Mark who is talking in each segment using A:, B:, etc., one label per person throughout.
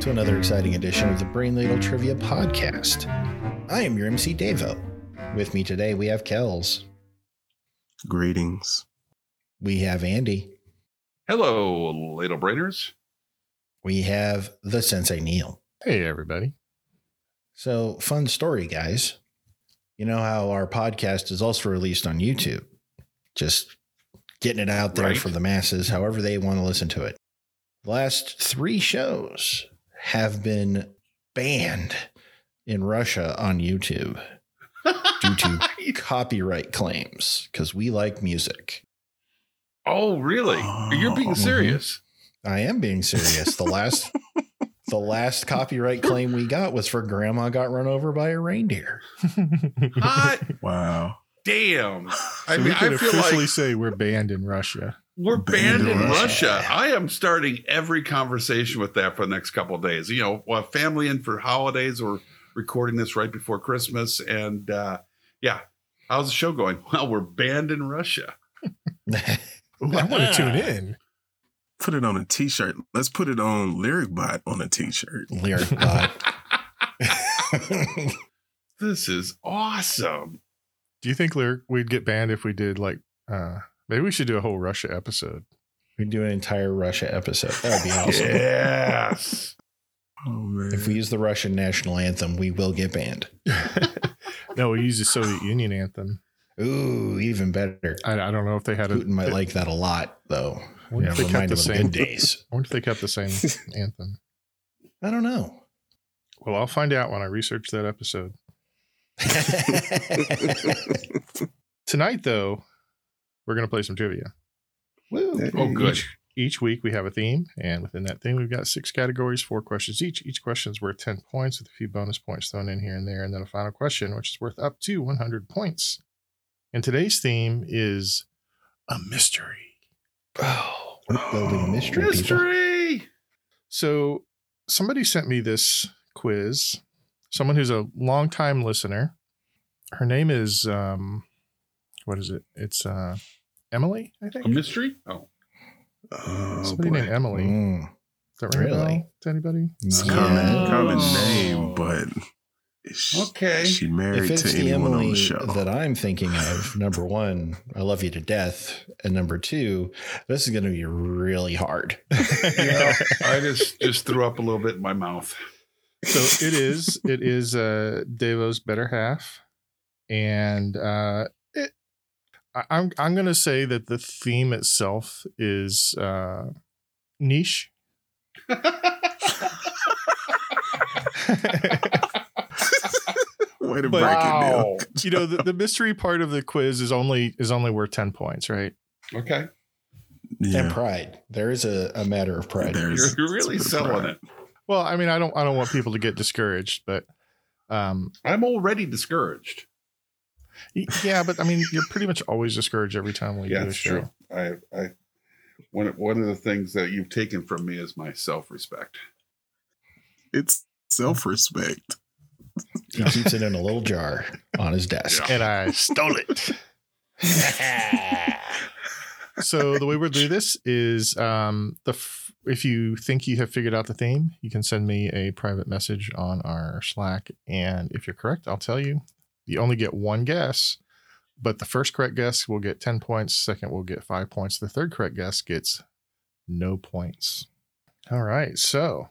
A: to another exciting edition of the Brain Ladle Trivia Podcast. I am your MC Davo. With me today, we have Kells,
B: Greetings.
A: we have Andy,
C: Hello, ladle brainers.
A: we have the Sensei Neil.
D: Hey, everybody.
A: So, fun story, guys. You know how our podcast is also released on YouTube, just getting it out there
C: Right.
A: for the masses, however they want to listen to it. The last three shows have been banned in Russia on YouTube due to copyright claims because we like music.
C: oh, really? You're being
D: Uh-huh.
B: Oh.
C: serious.
A: I am being serious. The last. The last copyright claim we got was for Grandma Got Run Over by a Reindeer.
C: Hot
B: Wow.
C: damn.
D: So
C: I
D: we
C: mean,
D: could
C: I feel
D: officially
C: like
D: say we're banned in Russia.
C: we're banned in
B: Russia.
C: Russia. I am starting every conversation with that for the next couple of days. You know, well, family in for holidays. We're recording this right before Christmas. And uh, yeah, how's the show going? Well, we're banned in Russia.
D: Ooh, I want to tune in.
B: Put it on a t shirt. Let's put it on Lyric Bot on a t shirt.
A: lyric bot.
C: This is awesome.
D: Do you think lyric we'd get banned if we did like uh maybe we should do a whole Russia episode?
A: we do an entire Russia episode. That would be awesome.
C: Yes.
B: Oh, man.
A: If we use the Russian national anthem, we will get banned.
D: no, we use the Soviet Union anthem.
A: Ooh, even better.
D: I, I don't know if they had a
A: Putin might
D: I
A: like that a lot, though.
D: wonder
A: Yeah,
D: if
A: remind
D: they kept
A: him
D: the
A: of the good
D: same.
A: days.
D: I wonder if they kept the same anthem.
A: I don't know.
D: Well, I'll find out when I research that episode. Tonight though, we're gonna play some trivia.
A: Woo.
C: Oh, good.
D: Each week we have a theme, and within that theme, we've got six categories, four questions each. Each question is worth 10 points with a few bonus points thrown in here and there, and then a final question, which is worth up to 100 points. And today's theme is a mystery.
A: Oh, we're building a mystery. People.
C: Mystery.
D: So somebody sent me this quiz, someone who's a longtime listener. Her name is, um, what is it? It's uh, Emily, I
C: A
D: think.
C: mystery? Oh.
B: Oh,
D: Somebody named
B: boy.
D: Emily.
A: Mm.
D: Does that ring a
A: Really?
D: bell to anybody?
B: It's a
A: Uh, Yeah.
B: common, common
C: Oh.
B: name, but is she,
C: Okay.
B: is she
A: If
B: married
A: it's
B: to
A: the
B: anyone on
A: Emily
B: the show?
A: that I'm thinking of, number one, I love you to death. And number two, this is going to be really hard.
C: You know, I just just threw up a little bit in my mouth.
D: so it is it is uh devo's better half and uh it, I, i'm i'm gonna say that the theme itself is uh niche
B: Way to
D: But-
B: break it down.
C: Oh,
D: you know the, the mystery part of the quiz is only is only worth 10 points right
C: Okay.
A: And
B: Yeah.
A: pride. There is a, a matter of pride.
C: You're,
B: There's-
C: you're really
B: it's a bit of
C: selling
B: pride.
C: it.
D: well i mean i don't i don't want people to get discouraged but um
C: I'm already discouraged.
D: y- yeah but i mean you're pretty much always discouraged every time we
C: Yeah,
D: do a
C: it's
D: show
C: true. I I one of- one of the things that you've taken from me is my self-respect.
B: It's self respect.
A: He keeps it in a little jar on his desk.
D: and i stole it so the way we'll do this is um the f- if you think you have figured out the theme you can send me a private message on our slack and if you're correct i'll tell you you only get one guess but the first correct guess will get 10 points second will get 5 points the third correct guess gets no points all right so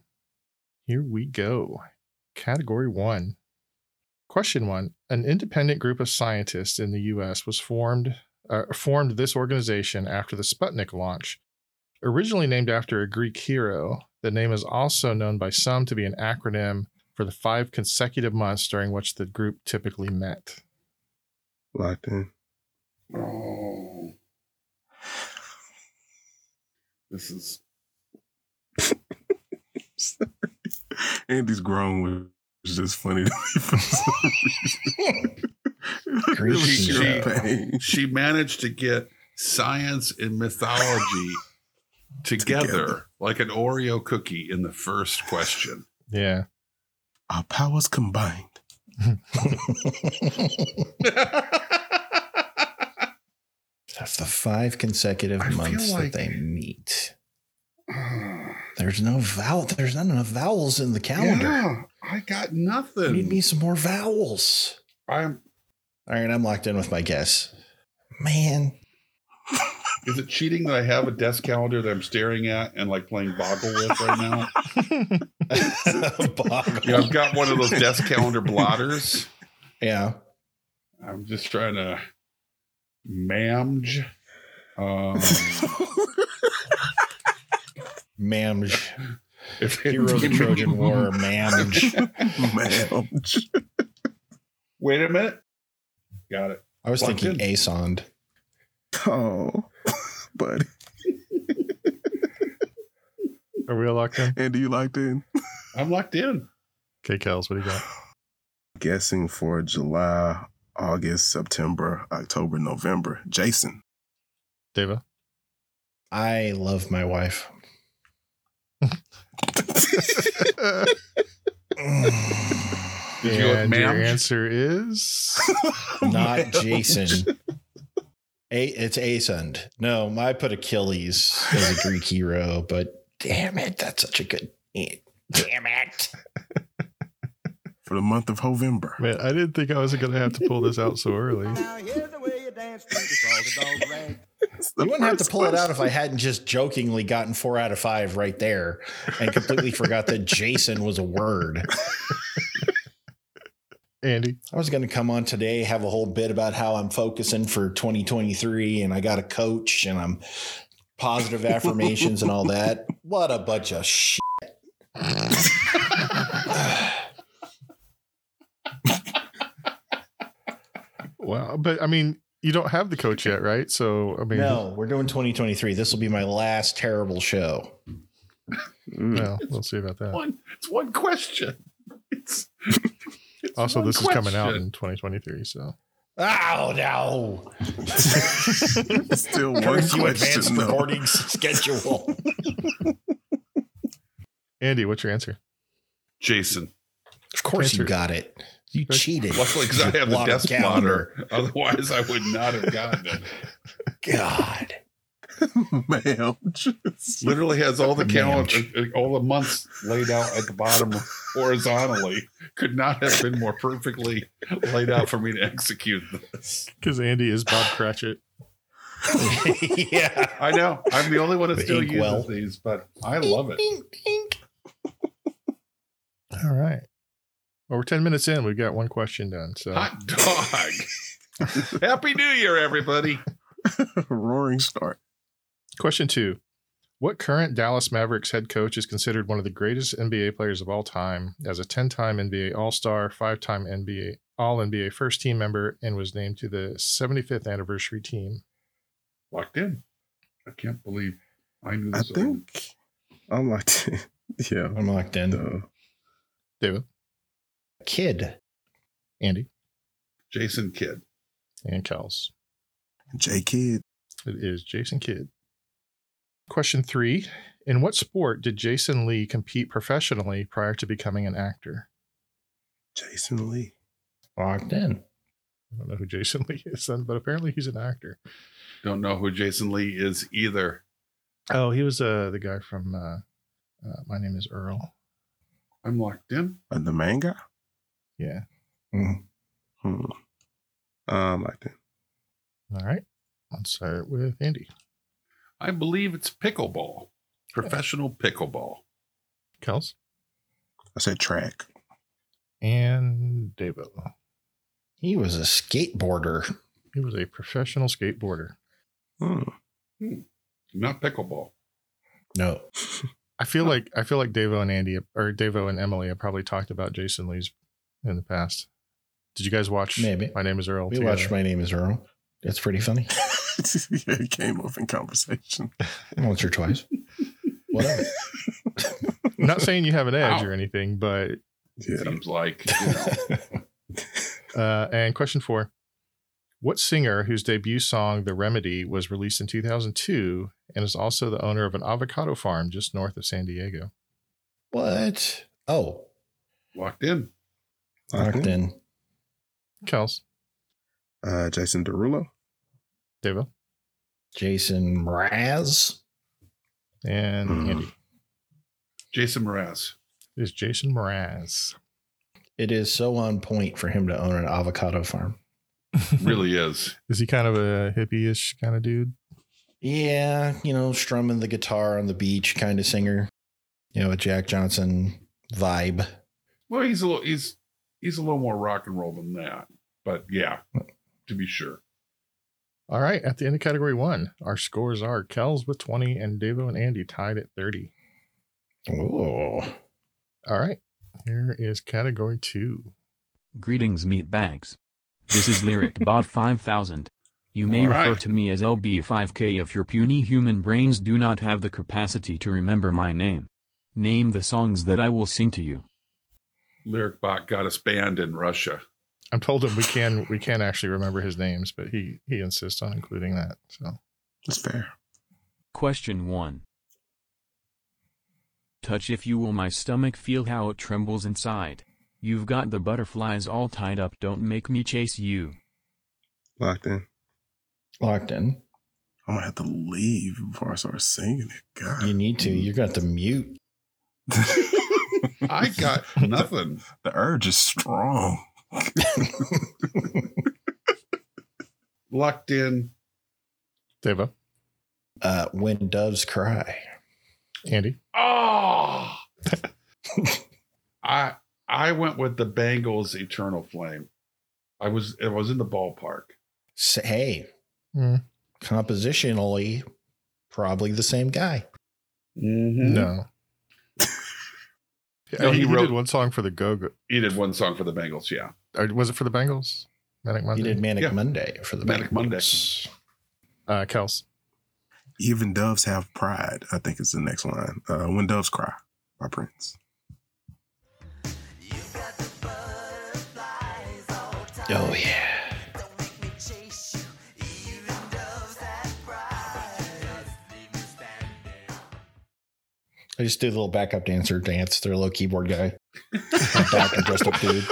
D: here we go category 1 question 1 an independent group of scientists in the US was formed uh, formed this organization after the Sputnik launch. Originally named after a Greek hero, the name is also known by some to be an acronym for the five consecutive months during which the group typically met.
B: Locked in.
C: Oh. This is
B: Andy's grown with it's just funny to me for some reason. I really
A: Greasy
B: feel
C: shit.
B: pain.
C: she managed to get science and mythology together
B: Together.
C: like an Oreo cookie in the first question.
D: Yeah.
B: Our powers combined.
A: That's the five consecutive
C: I feel
A: months
C: like-
A: that they meet. There's no vowel. There's not enough vowels in the calendar.
C: Yeah, I got
A: I
C: nothing.
A: Need me some more vowels.
C: I'm,
A: All right, I'm locked in with my guess. Man,
C: is it cheating that I have a desk calendar that I'm staring at and like playing Boggle with right now?
A: Boggle.
C: You know, I've got one of those desk calendar blotters.
A: Yeah.
C: I'm just trying to mamge. Um,
A: Mamge.
C: if
A: Hero of the Trojan War. Mamge.
B: Man.
C: Wait a minute. Got it.
A: I was
C: Locked
A: thinking
C: in.
A: Asond.
B: Oh, buddy.
D: Are we all locked in?
B: And do you like that?
C: I'm locked in.
D: Okay, Kels, what do you got?
B: Guessing for July, August, September, October, November. Jason.
D: Deva?
A: I love my wife. Mm.
C: Did you go with
D: And your
C: mamge?
D: answer is
C: Oh
A: Not Jason. A, it's Asund. No, I put Achilles as a Greek hero, but damn it, that's such a good. Damn it.
B: for the month of November.
D: Man, I didn't think I was gonna have to pull this out so early.
E: Now here's the way you dance, because all the dogs rag.
A: You wouldn't have to pull it out if I hadn't just jokingly gotten four out of five right there and completely forgot that Jason was a word.
D: Andy.
A: I was going to come on today, have a whole bit about how I'm focusing for 2023 and I got a coach and I'm positive affirmations and all that. What a bunch of shit.
D: Wow. But I mean, you don't have the coach yet, right? So I mean
A: No, we're doing 2023. This will be my last terrible show.
B: Mm.
D: well, we'll see about that.
C: One, it's one question. It's, it's
D: Also,
C: one
D: this is coming out
C: question.
D: in 2023, so
A: Oh, no.
B: Still one
A: Curse you advanced
B: question. though.
A: recording schedule.
D: Andy, what's your answer?
C: Jason.
A: Of course you
D: Answer.
A: got it. You
D: Answer.
A: cheated.
C: Luckily, because I have the
A: Blotter
C: desk
A: calendar.
C: blotter. Otherwise, I would not have gotten it.
A: God.
B: Ma'am.
C: Literally has all the
A: Man.
C: calendar, all the months laid out at the bottom horizontally. Could not have been more perfectly laid out for me to execute this.
D: Because Andy is Bob Cratchit.
A: yeah.
C: I know I'm the only one that
A: The
C: still uses
A: inkwell.
C: these, but I love it.
D: All right. Well, we're 10 minutes in. We've got one question done. So
C: Hot dog. Happy New Year, everybody.
B: Roaring start.
D: Question two What current Dallas Mavericks head coach is considered one of the greatest NBA players of all time as a 10 time NBA All Star, five time NBA All NBA first team member, and was named to the 75th anniversary team?
C: Locked in. I can't believe I knew
B: I
C: this. already.
B: think I'm like, yeah.
A: I'm locked in.
B: Duh.
D: David,
A: Kid.
D: Andy,
C: Jason Kidd.
D: and Kels.
B: J Kid.
D: It is Jason Kidd. Question three In what sport did Jason Lee compete professionally prior to becoming an actor?
B: Jason Lee.
A: Locked in.
D: I don't know who Jason Lee is, then, but apparently he's an actor.
C: Don't know who Jason Lee is either.
D: Oh, he was uh, the guy from uh, uh, My Name is Earl.
C: I'm locked in.
B: Uh, the manga?
D: Yeah.
B: Hmm. Um, like that.
D: All right. Let's start with Andy.
C: I believe it's pickleball. Professional pickleball.
D: Kels.
B: I said track.
D: And Davo.
A: He was a skateboarder.
D: He was a professional skateboarder.
B: Hmm.
C: Not pickleball.
A: No.
D: I feel like I feel like Davo and Andy or Davo and Emily have probably talked about Jason Lee's in the past. Did you guys watch
A: Maybe.
D: My Name is Earl?
A: We
D: together?
A: watched My Name is Earl. That's pretty funny.
B: yeah, it came up in conversation.
A: Once or twice. What of it?
D: Not saying you have an edge
C: Ow.
D: or anything, but
B: Yeah.
C: Seems like you know,
D: Uh, and question four What singer whose debut song, The Remedy, was released in 2002 and is also the owner of an avocado farm just north of San Diego?
A: what? Oh,
C: locked in.
A: locked in.
D: Kels,
B: Uh, Jason Derulo.
D: Devo,
A: Jason Mraz.
D: and
B: Hmm.
D: Andy.
C: Jason Mraz.
D: Is Jason Mraz.
A: It is so on point for him to own an avocado farm.
C: Really is.
D: Is he kind of a hippie-ish kind of dude?
A: Yeah, you know, strumming the guitar on the beach kind of singer. You know, a Jack Johnson vibe.
C: Well, he's a little he's he's a little more rock and roll than that. But yeah, to be sure.
D: All right, at the end of category one, our scores are Kells with 20 and Davo and Andy tied at 30.
A: Oh,
D: All right, here is category two.
F: Greetings, meatbags. This is LyricBot 5000. You may
C: All
F: refer
C: right.
F: to me as LB5K if your puny human brains do not have the capacity to remember my name. Name the songs that I will sing to you.
C: Lyric Bot got us banned in Russia.
D: I'm told him we can we can actually remember his names, but he he insists on including that. So
B: That's fair.
F: Question 1. Touch if you will my stomach, feel how it trembles inside. You've got the butterflies all tied up, don't make me chase you.
B: Locked in.
A: locked in.
B: I'm gonna have to leave before I start singing it. God.
A: You need to. You're going to have to mute.
C: I got nothing.
B: The urge is strong.
C: Locked in.
D: Davo,
A: Uh, when doves cry.
D: Andy,
C: Oh I I went with the Bengals Eternal Flame. I was I was in the ballpark.
A: Say, hey,
D: Mm,
A: compositionally, probably the same guy.
D: no. Yeah,
C: No,
D: Mm-hmm. he,
C: he
D: he
C: wrote-
D: did one song for the Go Go.
C: He did one song for the Bengals, yeah.
D: Was it for the Bengals? Manic Monday.
A: He did Manic
C: Yeah.
A: Monday for the
C: Manic Monday.
A: Bengals.
D: Uh, Kels.
B: Even doves have pride. I think is the next line. Uh, when doves cry by Prince.
A: Oh, yeah. I just did a little backup dancer dance. They're a little keyboard guy. Doctor dressed up dude.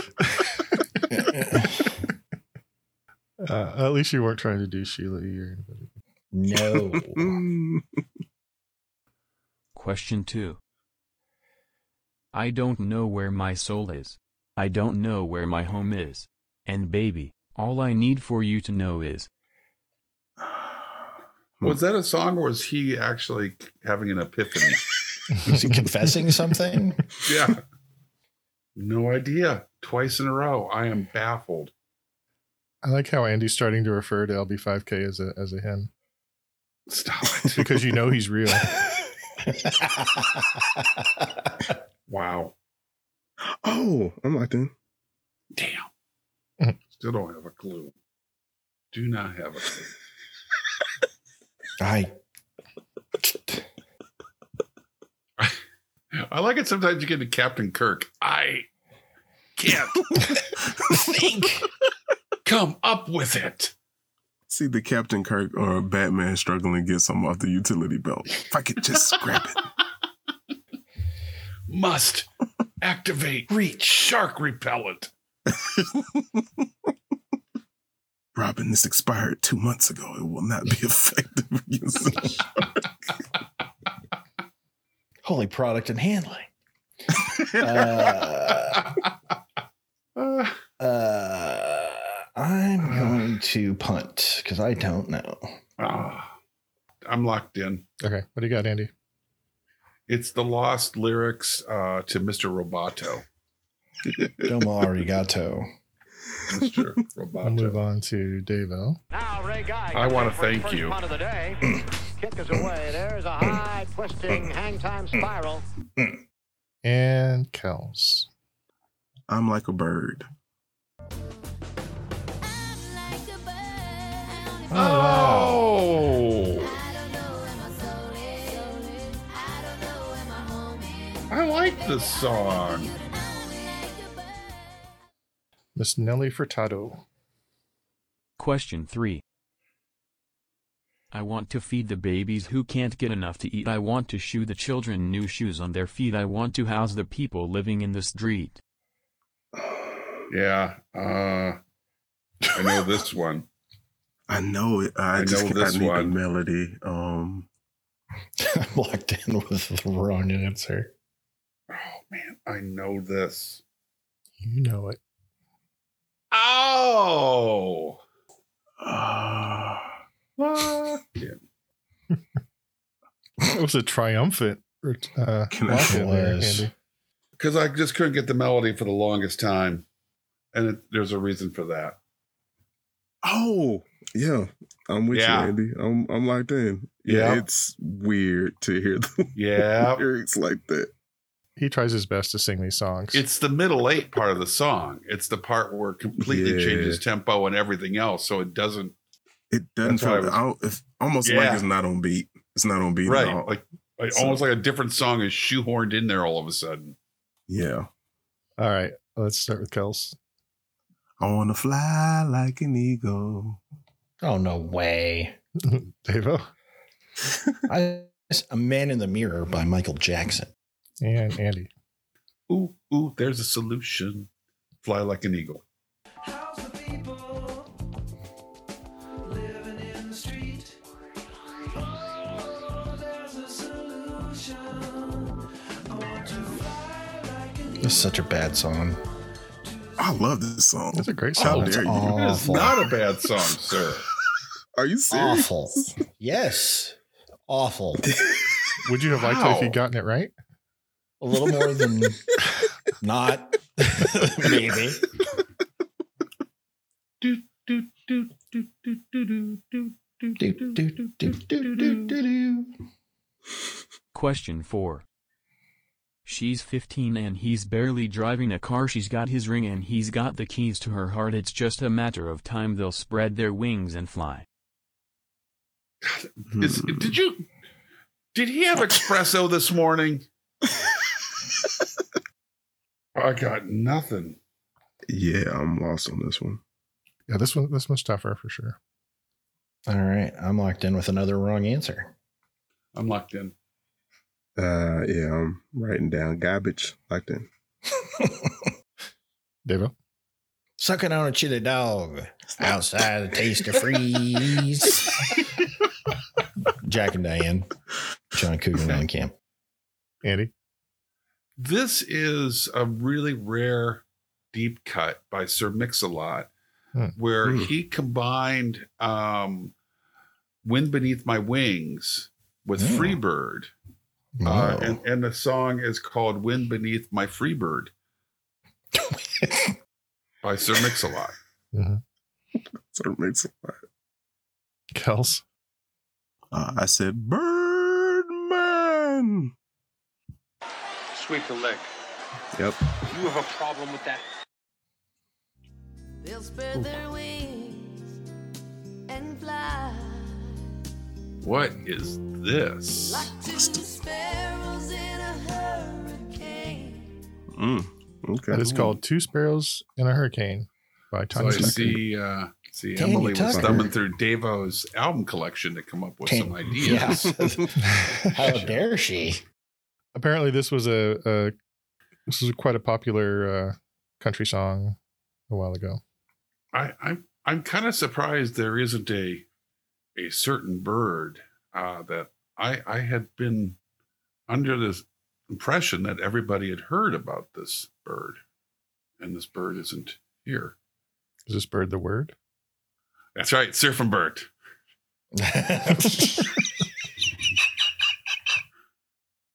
D: Uh, at least you weren't trying to do Sheila E. or anybody.
A: No.
B: Mm.
F: Question 2. I don't know where my soul is. I don't know where my home is. And baby, all I need for you to know is
C: Was that a song or was he actually having an epiphany?
A: Is he confessing something?
C: yeah. No idea. Twice in a row. I am baffled.
D: I like how Andy's starting to refer to LB5K as a as a him
C: Stop it.
D: because you know he's real.
C: Wow.
B: Oh, I'm locked in.
C: Damn.
D: Mhm.
C: Still don't have a clue. Do not have a clue.
A: I
C: I like it sometimes you get to Captain Kirk. I can't
A: think.
C: come up with it.
B: See the Captain Kirk or Batman struggling to get something off the utility belt. If I could just grab it.
C: Must activate reach shark repellent.
B: Robin, this expired two months ago. It will not be effective against the
A: Holy product and handling. Uh,
C: Uh,
A: uh, I'm going to punt because I don't know.
C: ah, I'm locked in.
D: Okay, what do you got, Andy?
C: It's the lost lyrics uh, to Mr. Roboto.
A: Domo Arigato.
C: Mr.
D: We'll move
C: Roboto.
D: on to Davo.
G: Now, Ray Guy.
C: I wanna
G: for his
C: thank
G: first
C: you.
G: punt of the day. Kick is away. There's a high twisting hang time spiral.
D: And Kels.
B: I'm like a bird.
C: Oh, I like this song.
D: Miss Nelly Furtado.
F: Question 3. I want to feed the babies who can't get enough to eat. I want to shoe the children new shoes on their feet. I want to house the people living in the street.
C: Yeah. Uh, I know this one.
B: I know it. I,
C: I
B: just
C: know
B: know
C: this
B: I need
C: one.
B: the melody. Um,
A: I'm locked in with the wrong answer.
C: Oh man, I know this.
D: You know it.
C: Oh,
B: Ah,
C: fuck.
D: It was a triumphant uh,
B: Can I-
D: walk in there,
A: Was.
D: Andy.
C: because I just couldn't get the melody for the longest time, and it, there's a reason for that.
B: oh, yeah. I'm with
C: Yeah.
B: you, Andy. I'm I'm locked in. Yeah,
C: Yeah.
B: it's weird to hear the
C: Yeah,
B: lyrics like that.
D: He tries his best to sing these songs.
C: it's the middle eight part of the song. It's the part where it completely
B: Yeah.
C: changes tempo and everything else, so it doesn't
B: It doesn't
C: That's how I
B: feel.
C: was-
B: I'll- It's almost
C: Yeah.
B: like it's not on beat. It's not on beat at all.
C: right like, like
B: So-
C: almost like a different song is shoehorned in there all of a sudden.
B: yeah.
D: All right, let's start with Kels.
B: I want to fly like an eagle.
A: Oh no way!
D: Davo
A: I it's a man in the mirror by Michael Jackson.
D: and Andy.
C: Ooh, ooh, there's a solution. Fly like an eagle.
A: This is such a bad song.
B: I love this song.
D: That's a great
B: How
D: song.
B: dare you?
A: awful.
C: It is not a bad song, sir.
B: Are you serious?
A: Awful. yes, awful.
D: Would you have liked it if
C: Wow.
D: you'd gotten it right?
A: A little more than not, maybe.
C: Do, do, do, do, do, do, do, do, do,
A: Do,
C: do,
A: do, do, do, do, do, do.
F: Question 4. She's 15 and he's barely driving a car. She's got his ring and he's got the keys to her heart. It's just a matter of time they'll spread their wings and fly.
C: Is, did you? Did he have espresso this morning? I got nothing.
B: Yeah, I'm lost on this one.
D: Yeah, this one this one's tougher for sure.
A: All right, I'm locked in with another wrong answer.
C: I'm locked in.
B: Uh, yeah, I'm writing down garbage like that.
D: Davo.
A: Sucking on a chili dog outside a taste of freeze. Jack and Diane, John Cougar Mellencamp.
D: Andy.
C: This is a really rare deep cut by Sir Mix-a-Lot,
D: Hmm.
C: where
B: Hmm.
C: he combined um, "Wind Beneath My Wings" with
A: Oh.
C: "Freebird," uh, and, and the song is called "Wind Beneath My Freebird" by Sir Mix-a-Lot.
D: Mhm.
B: So it makes a lot.
D: Kels.
B: Uh, I said Birdman.
H: Sweep the leg.
B: Yep.
H: You have a problem with that?
I: They'll spread their wings and fly
C: What is this?
I: like two sparrows in a hurricane.
B: Mm, okay.
D: That is called Two Sparrows in a Hurricane by
C: So I
D: Tanya Tucker.
C: see, uh, see
A: Tanya
C: Emily was
A: Tucker.
C: thumbing through Davo's album collection to come up with
A: Tan-
C: some
A: yeah.
C: ideas.
A: How dare she?
D: Apparently this was a, a this was quite a popular uh, country song a while ago.
C: I, I'm I'm kind of surprised there isn't a a certain bird uh, that I I had been under this impression that everybody had heard about this bird, and this bird isn't here.
D: Is this bird the word?
C: That's right, surfenbird.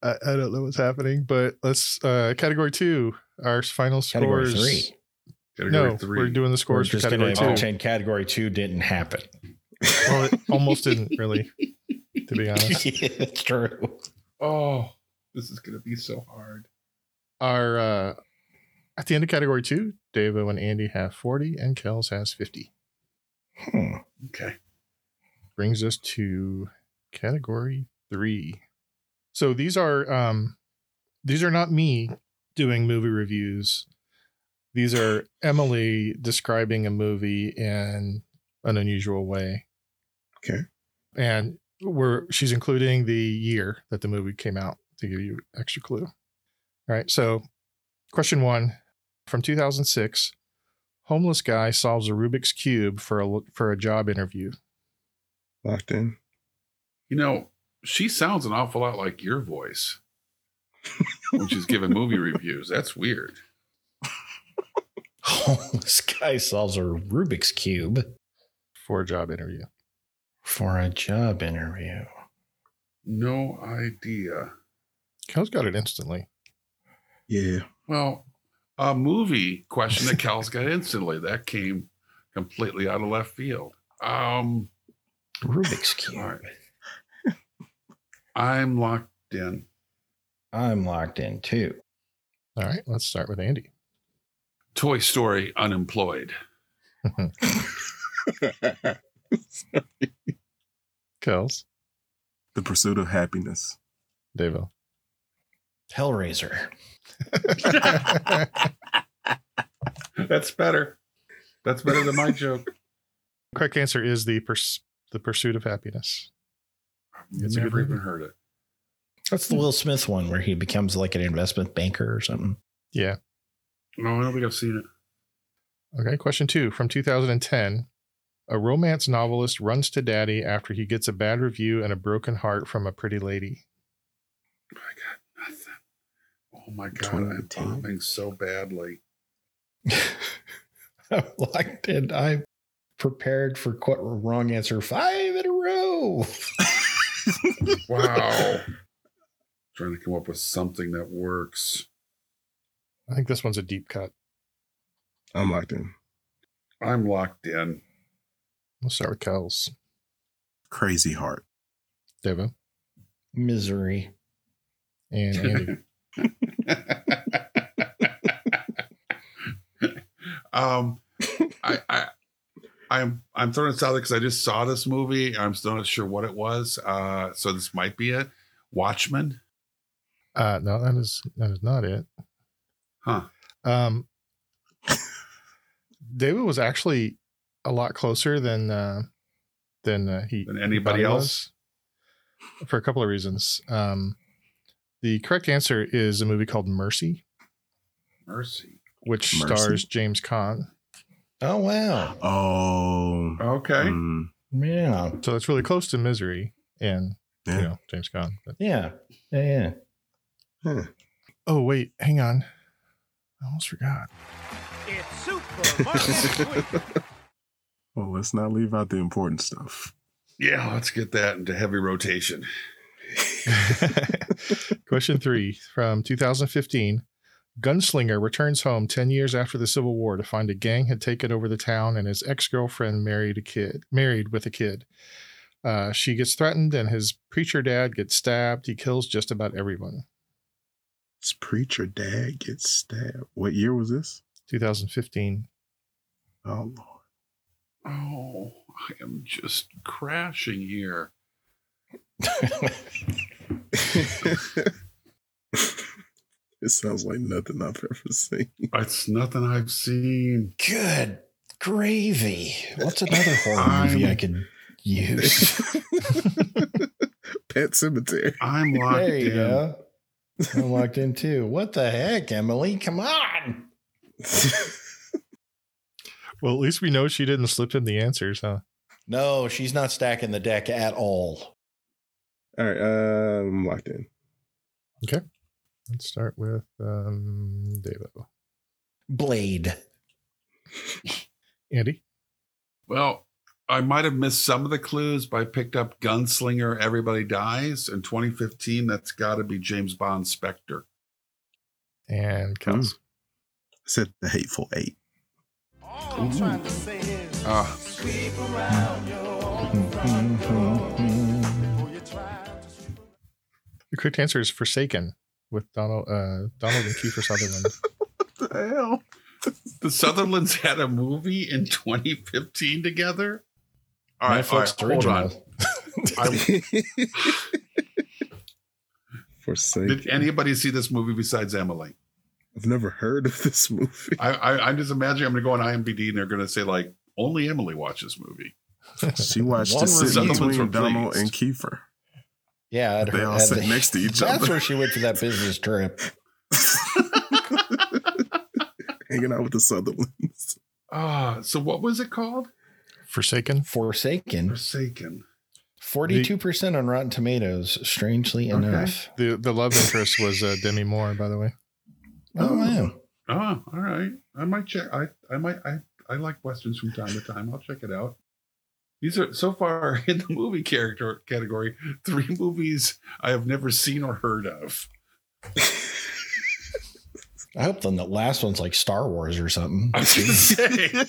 D: I, I don't know what's happening, but let's uh category two, our final
A: Category
D: scores.
A: three.
D: No, we're doing the
A: We're
D: scores for
A: just
D: category
A: going to
D: two.
A: pretend category two didn't happen.
D: Well, it almost didn't really, to be honest.
A: it's true.
C: Oh, this is gonna be so hard.
D: Our uh at the end of category two, Davo and Andy have 40 and Kels has 50.
A: Hmm.
C: Okay.
D: Brings us to category three. So these are um these are not me doing movie reviews. These are Emily describing a movie in an unusual way.
B: Okay.
D: And we're she's including the year that the movie came out to give you extra clue. All right. So, question one from 2006: Homeless guy solves a Rubik's cube for a for a job interview.
B: locked in.
C: You know, she sounds an awful lot like your voice. when she's giving movie reviews. That's weird.
A: Homeless Oh, guy solves a Rubik's Cube
D: for a job interview.
A: for a job interview.
C: No idea.
D: Kel's got it instantly.
B: Yeah.
C: Well, a movie question that Cal's got instantly. That came completely out of left field. Um,
A: Rubik's
C: all
A: Cube.
C: right. I'm locked in.
A: I'm locked in too.
D: All right, let's start with Andy.
C: Toy Story unemployed.
D: Kel's,
B: the pursuit of happiness.
D: Davo.
A: Hellraiser.
C: That's better. That's better than my joke.
D: Correct answer is the pers- the pursuit of happiness.
C: I've
D: It's a good
C: never even
D: movie.
C: heard it.
A: That's the Will Smith one where he becomes like an investment banker or something.
D: Yeah.
C: No, I don't think I've seen it.
D: Okay. Question two from 2010. A romance novelist runs to daddy after he gets a bad review and a broken heart from a pretty lady.
C: I got nothing. Oh my god, I'm
B: 2010?
C: bombing so badly.
A: I'm locked in. I'm prepared for qu- wrong answer five in a row.
C: Wow. Trying to come up with something that works.
D: I think this one's a deep cut.
B: I'm locked in.
C: I'm locked in.
D: We'll start with Kel's.
B: Crazy heart.
D: Devo
A: Misery.
D: and Andy.
C: um, I, I, I'm I'm throwing this out there because I just saw this movie. I'm still not sure what it was. Uh, so this might be it. Watchmen.
D: uh, no, that is that is not it.
C: Huh.
D: Um, David was actually a lot closer than uh, than uh, he
C: Than anybody
D: he thought he
C: else?
D: was, for a couple of reasons. Um, the correct answer is a movie called Mercy,
C: Mercy.
D: which
B: Mercy?
D: stars James Caan.
A: Oh wow.
B: Oh.
C: Okay.
B: mm,
A: Yeah.
D: So that's really close to Misery and
B: yeah.
D: you know James Caan. But,
A: Yeah. Yeah. Yeah.
B: Huh.
D: oh wait, hang on, I almost forgot.
G: It's super market week.
B: Well, let's not leave out the important stuff.
C: Yeah, let's get that into heavy rotation.
D: Question three from 2015. Gunslinger returns home 10 years after the Civil War to find a gang had taken over the town and his ex girlfriend married a kid, married with a kid. Uh, she gets threatened and his preacher dad gets stabbed. He kills just about everyone.
B: His preacher dad gets stabbed. What year was this?
D: 2015.
B: Oh Lord.
C: Oh, I am just crashing here.
B: it sounds like nothing I've ever seen.
C: It's nothing I've seen.
A: Good gravy. What's another horror movie I could use?
B: Pet Cemetery.
C: I'm locked
A: There you
C: in.
A: go. I'm locked in too. What the heck, Emily? Come on.
D: Well, at least we know she didn't slip in the answers, huh?
A: No, she's not stacking the deck at all.
B: All right, uh, I'm locked in.
D: Let's start with um, Davo.
A: Blade.
D: Andy?
C: Well, I might have missed some of the clues, but I picked up Gunslinger Everybody Dies in 2015. That's got to be James Bond Spectre.
D: And Kels.
B: I said the hateful eight.
E: All I'm trying to say is
C: Uh,
E: sweep around your own front door. Before you try to sweep
D: The correct answer is Forsaken with Donald, uh, Donald and Kiefer Sutherland.
B: What the hell?
C: the Sutherlands had a movie in 2015 together. All right, all right
A: Netflix
C: hold on.
A: original.
C: I,
B: Forsaken.
C: did anybody see this movie besides Emily?
B: I've never heard of this movie.
C: I, I, I'm just imagining I'm going to go on IMDb and they're going to say, like, only Emily watched this movie.
B: She watched
A: One
B: the sit
C: review.
B: between
C: Sutherland's were
B: Donald
C: pleased.
B: and Kiefer.
A: Yeah, I'd
B: They all
A: I'd-
B: sit next to each
A: That's
B: other.
A: where she went for that business trip.
B: Hanging out with the Sutherlands.
C: Ah, so what was it called?
D: Forsaken.
A: Forsaken.
C: Forsaken.
A: 42% on Rotten Tomatoes, strangely
B: Okay.
A: enough.
D: The the love interest was uh, Demi Moore, by the way.
A: Oh, wow.
C: Oh, all right. I might check. I I might I I like westerns from time to time. I'll check it out. These are so far in the movie character category. Three movies I have never seen or heard of.
A: I hope then the last one's like Star Wars or something.
C: I'm just saying.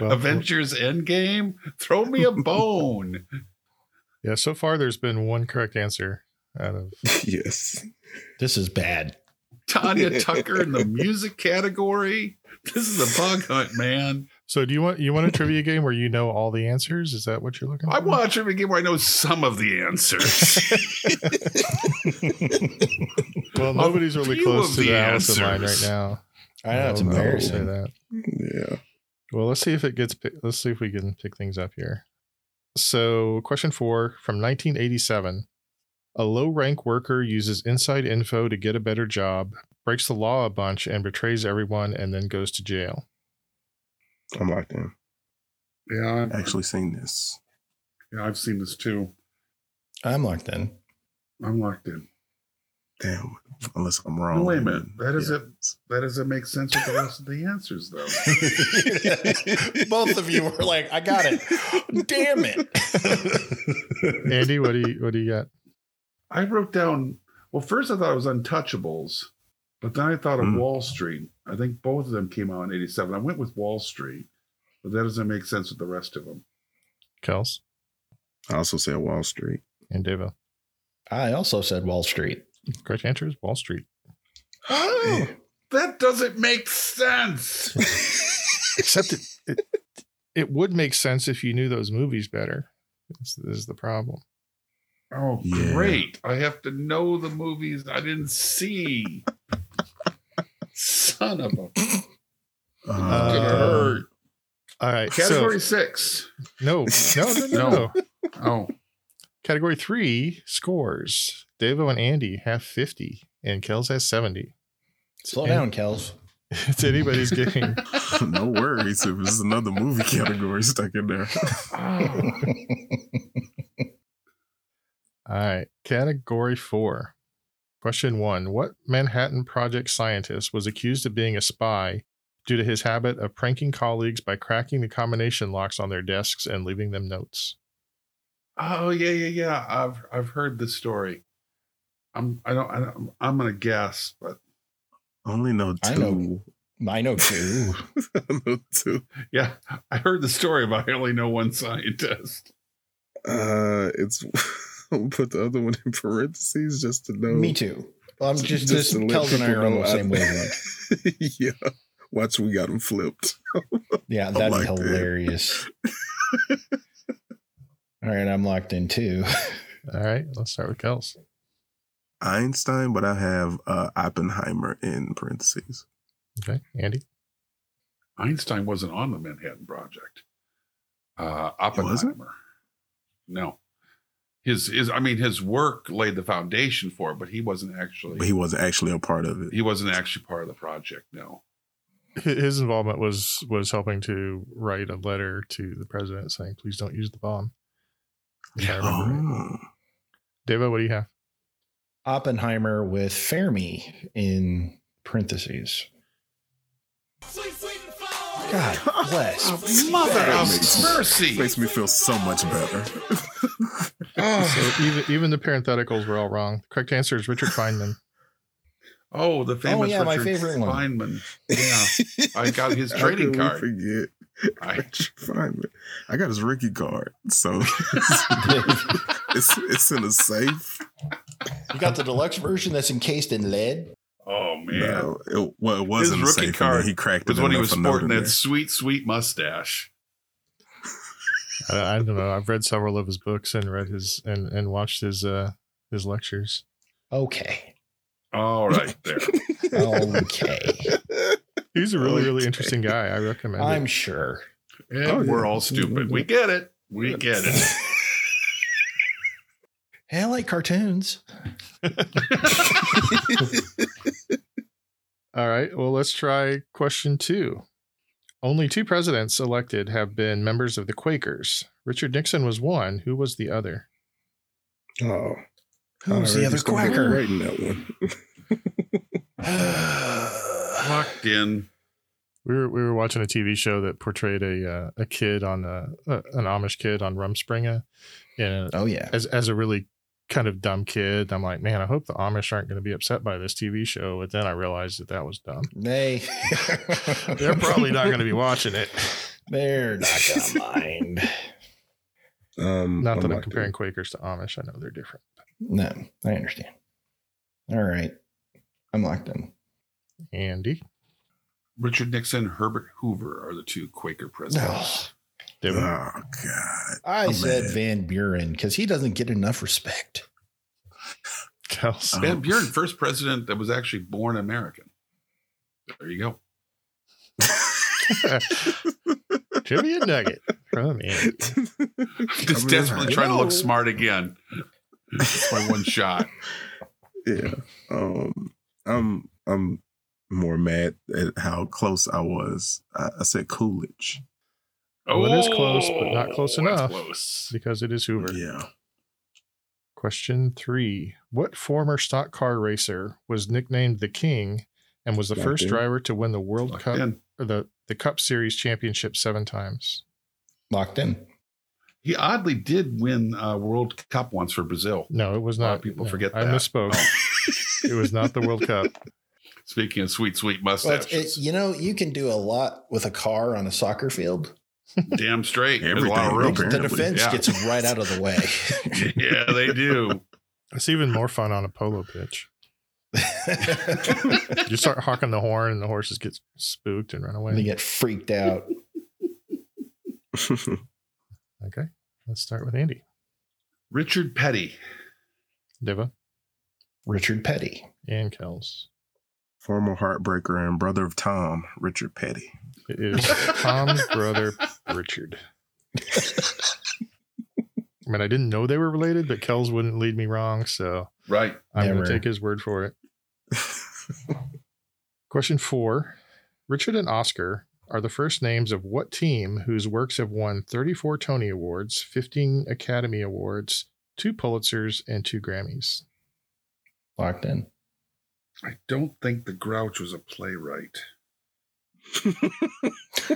D: Well,
C: Avengers Endgame. Throw me a bone.
D: Yeah, so far there's been one correct answer out of
B: yes.
A: This is bad.
C: Tanya Tucker in the music category. This is a bug hunt, man.
D: So do you want you want a trivia game where you know all the answers? Is that what you're looking for?
C: I watch every game where I know some of the answers.
D: Well, nobody's really
C: few
D: close
C: of
D: to
C: the
D: the Allison line right
C: answers.
D: now.
A: I know it's
B: Oh,
D: I'll- I will say
A: embarrassing.
D: that.
B: Yeah.
D: Well, let's see if it gets. pi- Let's see if we can pick things up here. So, question four from 1987: A low-rank worker uses inside info to get a better job, breaks the law a bunch, and betrays everyone, and then goes to jail.
B: I'm locked in.
C: yeah,
B: I've actually seen this.
C: yeah, I've seen this too.
A: I'm locked in.
C: I'm locked in.
B: Damn. Unless I'm wrong.
C: No, wait a minute. That
B: Yeah.
C: doesn't that doesn't make sense with the rest of the answers though.
A: Both of you were like, I got it. Damn it.
D: Andy, what do you what do you got?
C: I wrote down well, first I thought it was untouchables, but then I thought of
B: Mm.
C: Wall Street. I think both of them came out in eighty seven. I went with Wall Street, but that doesn't make sense with the rest of them.
D: Kels
B: I also said Wall Street.
D: and Devo.
A: I also said Wall Street.
D: Correct answer is Wall Street.
C: Oh that doesn't make sense.
D: Except it, it it would make sense if you knew those movies better. This is the problem.
C: Oh
B: Yeah.
C: great. I have to know the movies I didn't see. Son of a
B: Uh,
C: hurt.
D: All right.
C: Category six.
D: So, no, no, no, no,
C: No.
D: no.
C: Oh.
D: Category three scores. Devo and Andy have 50, and Kels has 70.
A: Slow down, Kels.
D: It's anybody's game.
B: no worries. It was another movie category stuck in there.
C: oh.
D: All right. Category four. Question one What Manhattan Project scientist was accused of being a spy due to his habit of pranking colleagues by cracking the combination locks on their desks and leaving them notes?
C: Oh yeah, yeah, yeah. I've I've heard this story. I'm I don't, I don't I'm gonna guess, but
B: I only know two.
A: I know. I know too.
B: I know two.
C: yeah, I heard the story, but I only know one scientist.
B: Uh, it's I'll put the other one in parentheses just to know.
A: Me too. Well, I'm just,
B: Just
A: just,
B: to let
A: Kels and I
B: people
A: are on
B: know
A: the
B: I-
A: same wavelength.
B: yeah. Watch, we got him flipped.
A: Yeah,
B: I'm
A: that's
B: locked in.
A: hilarious. All right, I'm locked in too.
D: All right. Let's start with Kels.
B: Einstein, but I have uh, Oppenheimer in parentheses.
D: Okay. Andy.
C: Einstein wasn't on the Manhattan Project. Uh,
B: wasn't?
C: Oppenheimer. No, his his I mean his work laid the foundation for it, but he wasn't
B: But
C: actually
B: he
C: he,
B: wasn't actually a part of it.
C: wasn't actually part of the project. No.
D: Hi- His involvement was was helping to write a letter to the president saying, "Please don't use the bomb." If I remember right.
B: Oh.
D: Devo, what do you have?
A: Oppenheimer with Fermi in parentheses. God bless.
C: Mother of
B: makes-
C: mercy!
B: Makes me feel so much better.
D: So even even the parentheticals were all wrong. The correct answer is Richard Feynman.
C: Oh, the famous
A: yeah, my
C: Richard
A: favorite one.
C: Feynman. Yeah, I got his
B: How
C: trading
B: could we
C: card.
B: Forget.
C: I,
B: Fine, man. I got his rookie card, so it's it's in a safe.
A: You got the deluxe version that's encased in lead.
C: oh man.
B: No, it, well, it was
C: His
B: in a
C: rookie
B: safe. and
C: card
B: then he cracked it
C: was when he
B: and
C: was
B: left a note in
C: sporting that
B: there.
C: sweet, sweet mustache.
D: I, I don't know. I've read several of his books and read his and and watched his uh his lectures.
A: Okay.
C: All right, there.
A: Okay.
D: He's a really really
B: Okay.
D: interesting guy. I recommend.
A: I'm
D: it.
A: sure.
C: And
B: Oh, yeah.
C: we're all stupid. We get it. We get it.
A: Hey, I like cartoons.
D: All right. Well, let's try question two. Only two presidents elected have been members of the Quakers. Richard Nixon was one. Who was the other?
B: Oh,
A: Who's
B: I
A: the other
B: just don't get it
A: quacker?
B: Right in that one.
A: Oh,
C: Locked in.
D: We were we were watching a TV show that portrayed a uh, a kid on a, a an Amish kid on Rumspringa, and
A: oh yeah.
D: as as a really kind of dumb kid, I'm like, man, I hope the Amish aren't going to be upset by this TV show. But then I realized that that was dumb.
A: They
D: They're probably not going to be watching it.
A: They're not gonna mind.
B: Um,
C: Oh
D: Not that I'm
B: locked in.
D: comparing Quakers to Amish. I know they're different.
A: No, I understand. All right. I'm locked in.
D: Andy,
C: Richard Nixon, Herbert Hoover are the two Quaker presidents.
D: Devin,
C: Uh,
B: Oh God!
A: I
B: Oh,
A: said
B: man.
A: Van Buren because he doesn't get enough respect.
D: Kelsey,
C: Van Buren, first president that was actually born American. There you go. uh.
D: trivia nugget from Andy.
B: Oh,
C: Just
B: mean,
C: desperately
B: you
C: trying to
B: know.
C: look smart again. That's my one shot.
B: Yeah. Um. I'm. I'm more mad at how close I was. I, I said Coolidge.
D: Well, it is close, but not close
C: that's
D: enough.
C: Oh, close.
D: because it is Hoover.
B: Yeah.
D: Question three What former stock car racer was nicknamed the King and was the
B: Locked
D: first
B: in.
D: driver to win the World
C: Locked
D: Cup
C: in.
D: or the, the Cup Series championship seven times?
A: Locked in.
C: He oddly did win uh, World Cup once for Brazil.
D: No, it was
C: A
D: not.
C: lot of people
D: no,
C: forget
D: I
C: that. Oh.
D: misspoke. it was not the World Cup.
C: Speaking of sweet, sweet
A: Well, it's-
C: mustaches.
A: it, you know, you can do a lot with a car on a soccer field.
C: Damn straight. There's a lot of room.
B: Everything.
A: The
B: Apparently,
A: defense
C: yeah.
A: gets right out of the way.
C: yeah, they do.
D: It's even more fun on a polo pitch. You start honking the horn and the horses get spooked and run
A: they
D: away.
A: get freaked out.
D: Okay. Let's start with Andy.
C: Richard Petty.
D: Deva
A: Richard Petty.
D: and Kells.
B: Former heartbreaker and brother of Tom, Richard Petty.
D: It is Tom's brother, Richard. I mean, I didn't know they were related, but Kells wouldn't lead me wrong, so
C: Right.
D: I'm going
A: Never.
D: to take his word for it. Question four Richard and Oscar are the first names of what team whose works have won 34 Tony Awards, 15 Academy Awards, two Pulitzers, and two Grammys?
A: Locked in.
C: I don't think the Grouch was a playwright.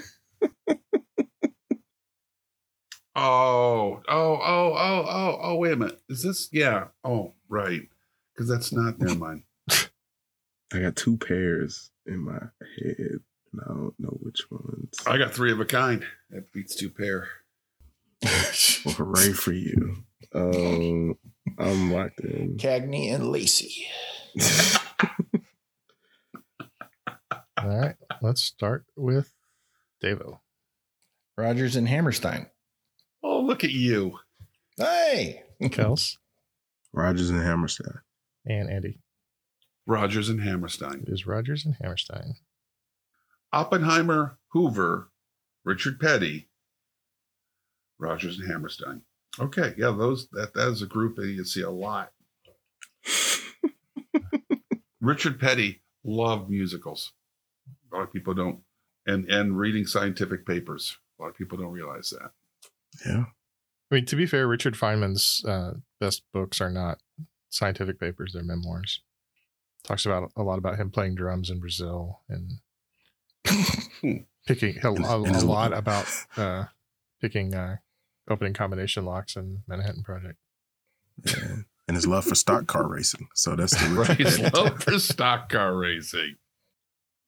C: Oh, oh, oh, oh, oh, oh, wait a minute. Is this? Yeah. Oh, right. Because that's not, never mind.
B: I got two pairs in my head, and I don't know which ones.
C: I got three of a kind. That beats two pair.
B: Well, hooray for you! Um, I'm locked in.
A: Cagney and Lacey.
D: All right, let's start with Davo.
A: Rogers and Hammerstein.
C: Oh, look at you.
A: Hey.
D: Kels
B: Rogers and Hammerstein.
D: and Andy.
C: Rogers and Hammerstein.
D: It is Rogers and Hammerstein.
C: Oppenheimer, Hoover, Richard Petty, Rogers and Hammerstein. Okay, yeah, those that that is a group that you see a lot. Richard Petty loved musicals. A lot of people don't, and and reading scientific papers. A lot of people don't realize that.
B: Yeah.
D: I mean, to be fair, Richard Feynman's uh, best books are not scientific papers; they're memoirs. Talks about a lot about him playing drums in Brazil and picking a, a- a lot about uh, picking uh, opening combination locks in Manhattan Project.
B: Yeah. And his love for stock car racing. So that's the
C: Right,
B: Richard Petty.
C: love for stock car racing.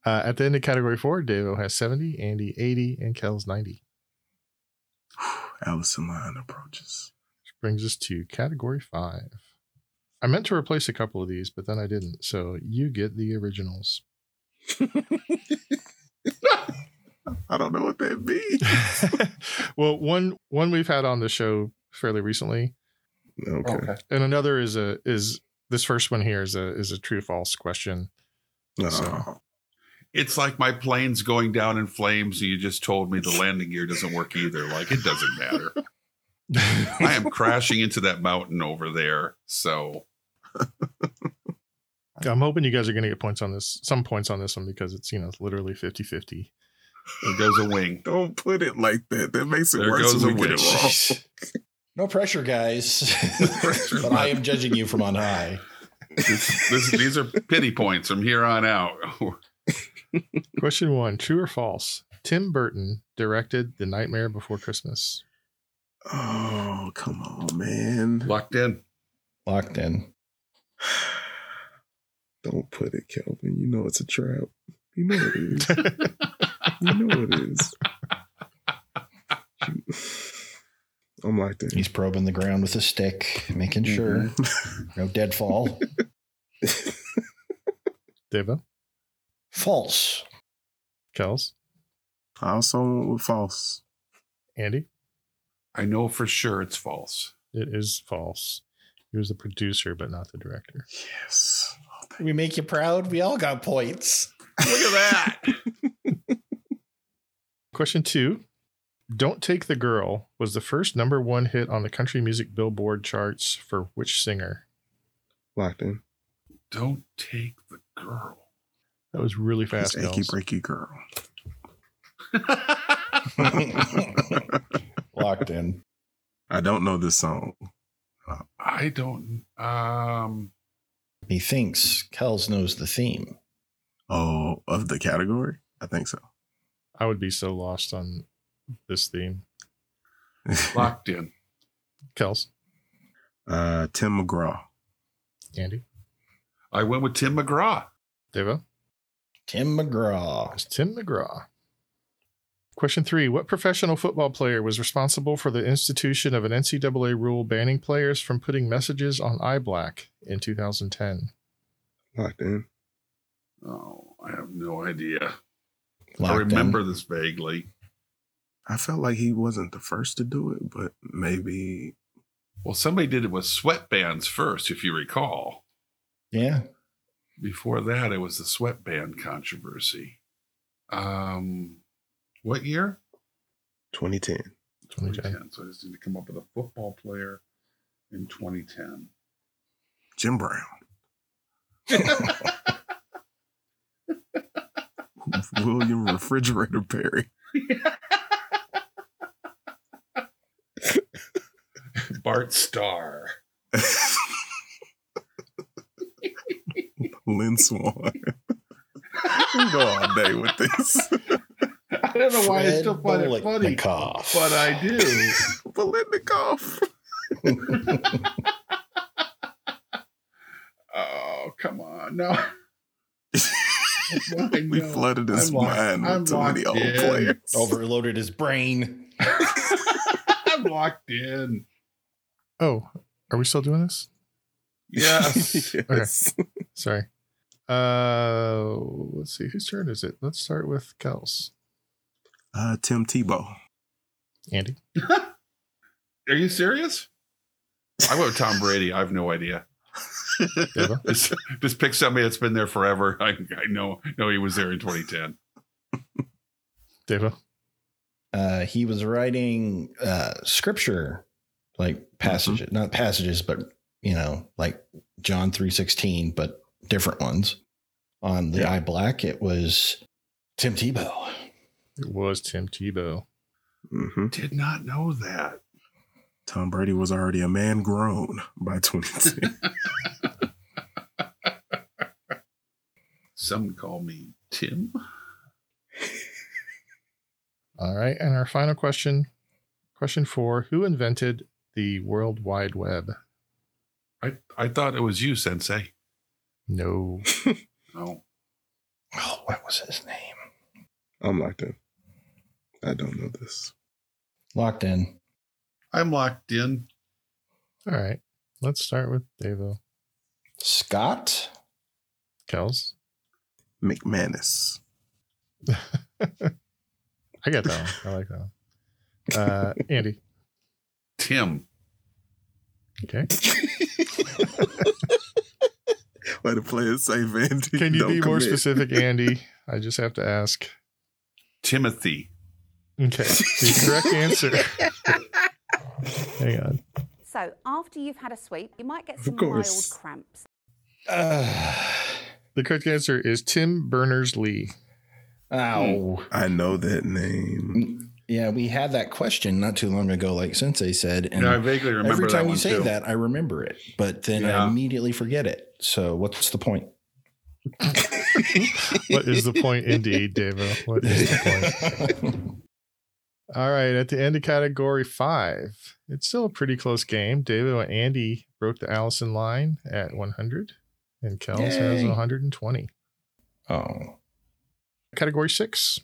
D: Uh, at the end of category four, Davo has seventy, Andy eighty, and Kells ninety.
B: Allison Line approaches.
D: Which brings us to category five. I meant to replace a couple of these, but then I didn't. So you get the originals.
B: I don't know what that means.
D: well, one one we've had on the show fairly recently,
C: Oh,
B: Okay.
D: and another is a is this first one here is a is a true false question.
B: No.
D: So-
C: It's like my plane's going down in flames, and you just told me the landing gear doesn't work either. Like it doesn't matter. I am crashing into that mountain over there. So
D: I'm hoping you guys are going to get points on this, some points on this one because it's you know literally 50-50.
C: There goes a wing.
B: Don't put it like that. That makes it
C: There
B: worse
C: goes
B: when
C: a
B: we get
C: widow.
B: it wrong.
A: No pressure, guys. but I am judging you from on high.
C: This, this, these are pity points from here on out.
D: Question one True or false? Tim Burton directed The Nightmare Before Christmas.
B: Oh, come on, man.
C: Locked in.
A: Locked in.
B: Don't put it, Kelvin. You know it's a trap. You know it is. you know it is. I'm locked in.
A: He's probing the ground with a stick, making sure no deadfall.
B: Mm-hmm.
D: Deva,
A: False.
D: Kels,
B: I also went with false.
D: Andy.
C: I know for sure it's false.
D: It is false. He was the producer, but not the director.
B: Yes.
A: We make you proud. We all got points.
C: Look at that.
D: Question two Don't Take the Girl was the first number one hit on the country music billboard charts for which singer?
B: Locked in.
C: Don't take the girl.
D: That was really fast.
B: It's achy
D: Kels.
B: breaky girl.
A: Locked in.
B: I don't know this song.
C: I don't. Um,
A: He thinks Kells knows the theme.
B: Oh, of the category? I think so.
D: I would be so lost on this theme.
C: locked in.
D: Kels,
B: uh, Tim McGraw.
D: Andy,
C: I went with Tim McGraw.
D: Deva.
A: Tim McGraw.
D: It's Tim McGraw. Question three What professional football player was responsible for the institution of an NCAA rule banning players from putting messages on iBlack in 2010?
B: Locked in.
C: Oh, I have no idea. I
A: Locked in.
C: remember this vaguely.
B: I felt like he wasn't the first to do it, but maybe
C: Well, somebody did it with sweatbands first, if you recall.
A: Yeah.
C: Before that, it was the sweatband controversy. Um, what year?
B: 2010.
D: 2010.
C: 2010. So I just need to come up with a football player in 2010.
B: Jim Brown. William Refrigerator Perry.
C: Bart Starr.
B: Lynn Swan. we go all day with this.
C: I don't know why I still find it funny,
A: Bolitnikoff.
C: but I do.
B: Belinikoff.
C: Oh, come on. No. Why
B: we
C: no?
B: flooded his
C: I'm locked-
B: mind
C: I'm
B: with too many
C: locked
B: old
C: in.
B: players.
A: Overloaded his brain.
C: I'm locked in.
D: Oh, are we still doing this?
C: Yes.
B: yes.
D: Sorry. Uh, let's see. Whose turn is it? Let's start with Kels.
B: Uh, Tim Tebow.
D: Andy,
C: Are you serious? I went with Tom Brady. I have no idea.
D: Deva,
C: Just, just pick somebody that's been there forever. I, I know know he was there in 2010.
D: Deva,
A: Uh, he was writing uh, scripture, like passages, not passages, but you know, like John three sixteen, but different ones. On the eye black, it was Tim Tebow.
D: it was Tim Tebow.
B: hmm
C: Did not know that.
B: Tom Brady was already a man grown by 2010.
C: Some call me Tim.
D: All right, and our final question, question four: Who invented the World Wide Web?
C: I, I thought it was you, Sensei.
D: No,
C: No.
A: Oh, what was his name?
B: I'm locked in. I don't know this.
A: Locked in.
C: I'm locked in.
D: All right. Let's start with Devo.
A: Scott.
D: Kels.
B: McManus.
D: I got that one. I like that one. Uh, Andy.
C: Tim.
D: Okay.
B: Way to play it safe, Andy.
D: Can you
B: Don't
D: be more
B: commit.
D: specific, Andy? I just have to ask.
C: Timothy.
D: Okay. The correct answer. Hang on.
I: So after you've had a sweep, you might get
B: Of
I: some mild
B: course.
I: cramps.
A: Uh,
D: The correct answer is Tim Berners Lee.
A: Ow.
B: I know that name.
A: Yeah, we had that question not too long ago, like Sensei said. And
C: Yeah, I vaguely remember
A: every time
C: that
A: you
C: one
A: say
C: too.
A: that, I remember it, but then I
C: Yeah.
A: immediately forget it. So what's the point?
D: What is the point, indeed, Davo? What is the point? All right, at the end of category five, it's still a pretty close game. David and Andy broke the Allison line at 100, and Kells has
A: Yay.
D: 120.
A: oh,
D: Category six.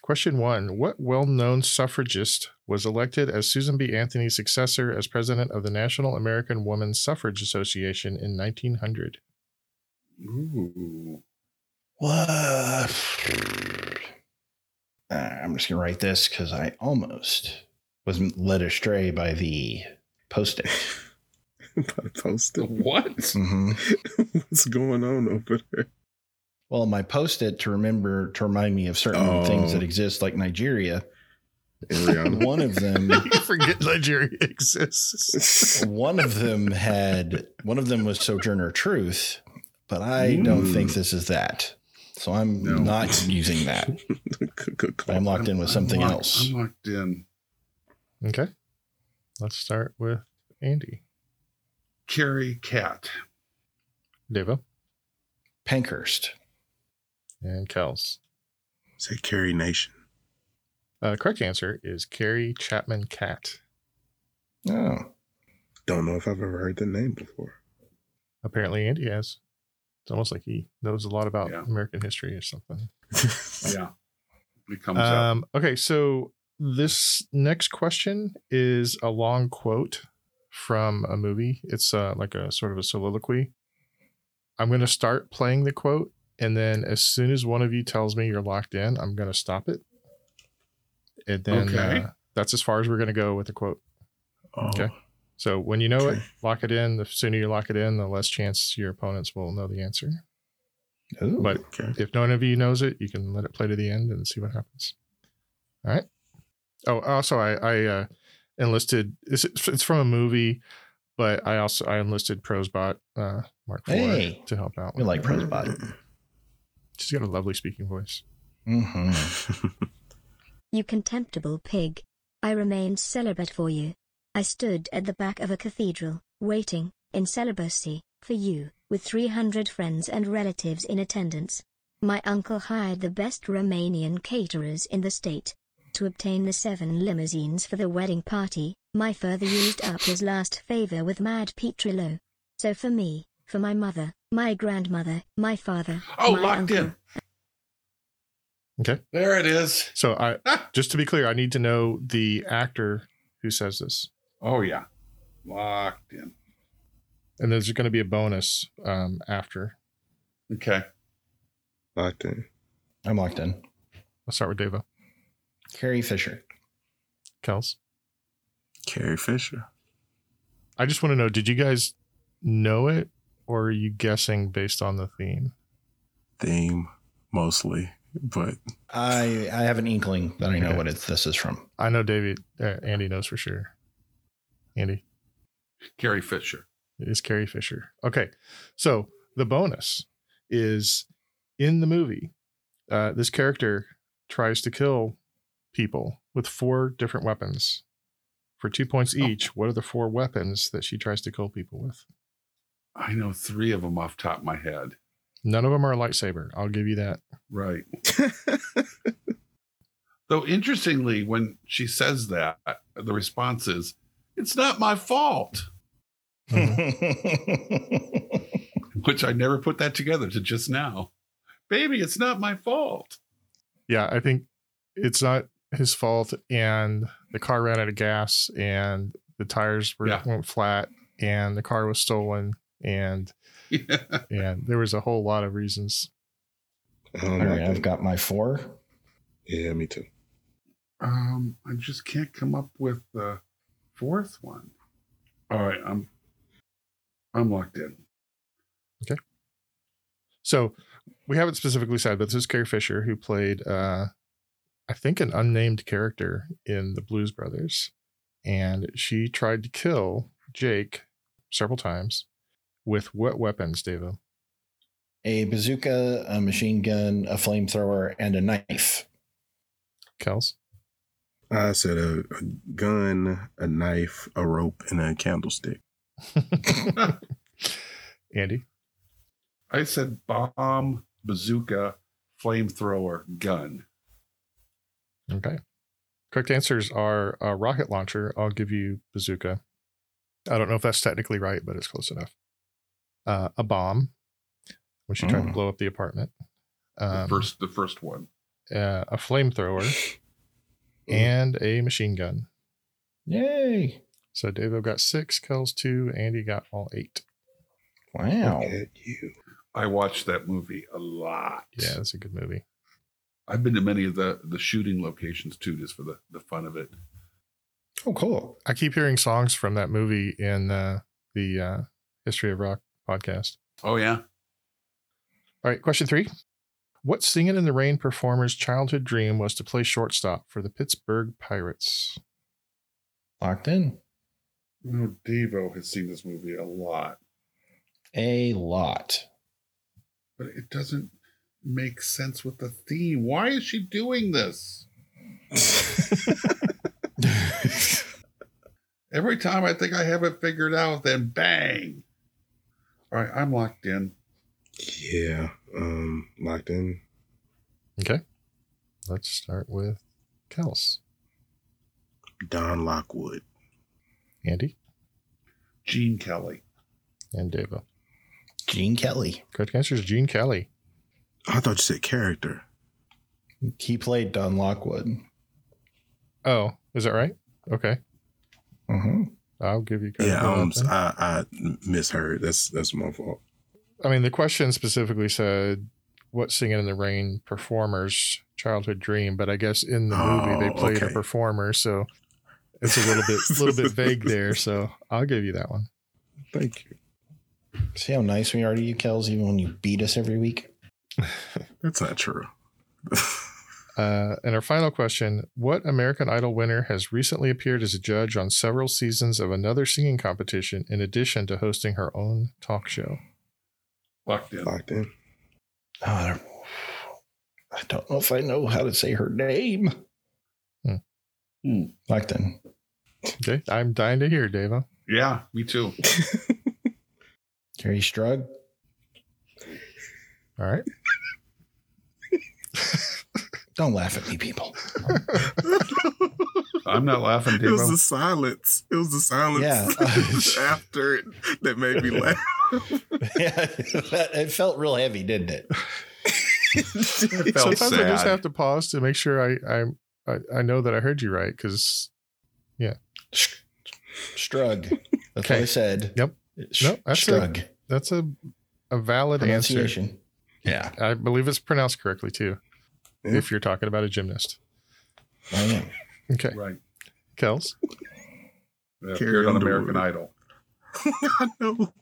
D: Question one What well known suffragist was elected as Susan B. Anthony's successor as president of the National American Woman Suffrage Association in 1900?
C: Ooh.
A: what? Uh, I'm just gonna write this because I almost was led astray by the post-it.
D: Mm.
B: Post it. What?
C: Mm-hmm.
A: Mhm.
B: What's going on over there?
A: Well, my post-it to remember to remind me of certain
B: Oh.
A: things that exist, like Nigeria.
B: Ariana.
A: One of them.
D: you forget Nigeria exists.
A: one of them had one of them was Sojourner Truth, but I don't
B: Ooh.
A: think this is that. So I'm
B: No.
A: not using that.
B: Good- good call.
A: I'm locked in with something
C: I'm locked-
A: else.
C: I'm locked in.
D: Okay. Let's start with Andy.
C: Carrie Cat.
D: Devo
A: Pankhurst.
D: and Kells.
B: Say Carrie Nation.
D: Uh, correct answer is Carrie Chapman Cat.
A: Oh,
B: Don't know if I've ever heard the name before.
D: Apparently, Andy has. It's almost like he knows a lot about
C: Yeah.
D: American history or something.
C: Yeah. It comes up.
D: Um, okay, so this next question is a long quote from a movie. It's uh, like a sort of a soliloquy. I'm going to start playing the quote, and then as soon as one of you tells me you're locked in, I'm going to stop it. And then
C: Okay.
D: uh, that's as far as we're going to go with the quote.
B: Oh,
D: Okay. So when you know it,
B: Okay.
D: lock it in. The sooner you lock it in, the less chance your opponents will know the answer.
A: Ooh.
D: But
B: okay.
D: if no one of you knows it, you can let it play to the end and see what happens. All right. Oh, also, I, I uh, enlisted. It's, it's from a movie, but I also I enlisted Prosbot uh, Mark Ford
A: Hey.
D: to help out.
A: we like Prosbot.
D: She's got a lovely speaking voice.
A: hmm
J: You contemptible pig. I remained celibate for you. I stood at the back of a cathedral, waiting, in celibacy, for you, with 300 friends and relatives in attendance. My uncle hired the best Romanian caterers in the state. To obtain the seven limousines for the wedding party, my father used up his last favor with Mad Pete Trillo. So for me, for my mother, my grandmother, my father,
C: oh,
J: my
C: locked
J: uncle,
C: in.
D: Okay.
C: There it is.
D: So I just to be clear, I need to know the actor who says this,
C: Oh yeah. Locked in.
D: and there's going to be a bonus um, after.
C: Okay.
B: Locked in.
A: I'm locked in.
D: I'll start with Devo.
A: Carrie Fisher.
D: Kels.
B: Carrie Fisher.
D: I just want to know: Did you guys know it, or are you guessing based on the theme?
B: Theme mostly, but
A: I I have an inkling that I know what it's, this is from.
D: I know David, uh, Andy knows for sure. Andy
C: Carrie Fisher.
D: it is Carrie Fisher. Okay, so the bonus is in the movie. Uh, this character tries to kill people with four different weapons. For two points each, what are the four weapons that she tries to kill people with?
C: I know three of them off the top of my head.
D: None of them are a lightsaber. I'll give you that.
C: Right. Though interestingly, when she says that, the response is, "It's not my fault,"
D: Uh-huh.
C: which I never put that together to just now. Baby, it's not my fault.
D: yeah, I think it's not his fault. And the car ran out of gas, and the tires were
C: Yeah.
D: went flat, and the car was stolen, and and there was a whole lot of reasons.
B: I don't
A: All
B: know.
A: right, I've got my four.
B: yeah, me too.
C: um, I just can't come up with the fourth one. All right, I'm I'm locked in.
D: So we haven't specifically said, but this is Carrie Fisher who played, uh, I think, an unnamed character in the Blues Brothers, and she tried to kill Jake several times with what weapons, Davo?
A: a bazooka, a machine gun, a flamethrower, and a knife.
D: Kels.
B: I said a, a gun, a knife, a rope, and a candlestick.
D: Andy.
C: I said bomb, bazooka, flamethrower, gun.
D: Okay. Correct answers are a rocket launcher. I'll give you bazooka. I don't know if that's technically right, but it's close enough. Uh, a bomb, when she tried to
A: Oh.
D: blow up the apartment.
C: The
D: Um,
C: first, the first one.
D: uh, a flamethrower,
C: Mm.
D: and a machine gun.
A: Yay.
D: So Davo got six, Kells two, Andy got all eight.
A: Wow.
B: Look at you.
C: I watched that movie a lot.
D: Yeah, that's a good movie.
C: I've been to many of the the shooting locations too, just for the the fun of it.
A: Oh, cool.
D: I keep hearing songs from that movie in uh, the uh, History of Rock podcast.
C: Oh yeah,
D: All right, question three. What Singing in the Rain performer's childhood dream was to play shortstop for the Pittsburgh Pirates?
A: Locked in.
C: you know, Devo has seen this movie a lot,
A: A lot.
C: but it doesn't make sense with the theme. Why is she doing this? Every time I think I have it figured out, then bang! All right, I'm locked in.
B: Yeah. Um, locked in.
D: Okay. Let's start with Kels.
B: Don Lockwood.
D: Andy
C: Gene Kelly.
D: and Davo.
A: Gene Kelly.
D: Correct answer is Gene Kelly.
B: I thought you said character.
A: He played Don Lockwood.
D: Oh, is that right? Okay.
A: Uh-huh.
D: I'll give you credit.
B: Mm-hmm. Yeah,
D: for that
B: um,
D: then.
B: I, I misheard. That's that's my fault.
D: I mean, the question specifically said what Singing in the Rain performer's childhood dream, but I guess in the movie they
B: Oh,
D: played a
B: okay.
D: performer, so it's a little bit a little bit vague there. So I'll give you that one.
B: Thank you.
A: See how nice we are to you, Kels, even when you beat us every week?
B: That's not true.
D: Uh, and our final question What American Idol winner has recently appeared as a judge on several seasons of another singing competition in addition to hosting her own talk show?
C: Locked in.
B: locked in.
A: Oh,
D: Uh,
A: I don't- I don't know if I know how to say her name.
D: Hmm.
C: Hmm.
A: Locked in.
D: Okay. I'm dying to hear, Davo.
C: Yeah, me too.
A: Carrie Strug.
D: All right.
A: Don't laugh at me, people.
C: I'm not laughing,
B: It was
C: Devo.
B: the silence. It was the silence
A: Yeah.
B: after it that made me laugh.
A: yeah, that- it felt real heavy, didn't it?
C: It felt
D: Sometimes I just
C: sad.
D: have to pause to make sure I, I, I, I know that I heard you right because
A: Strug. That's what
D: Okay.
A: I said.
D: Yep.
A: Sh-
D: Nope, that's it.
A: Strug.
D: that's a, a valid answer.
A: Pronunciation. Yeah,
D: I believe it's pronounced correctly too,
B: Yeah.
D: if you're talking about a gymnast.
A: I am.
D: Okay.
C: Right.
D: Kels.
C: Yeah,
B: Carrie
C: appeared on
B: Underwood.
C: American Idol.
B: I know.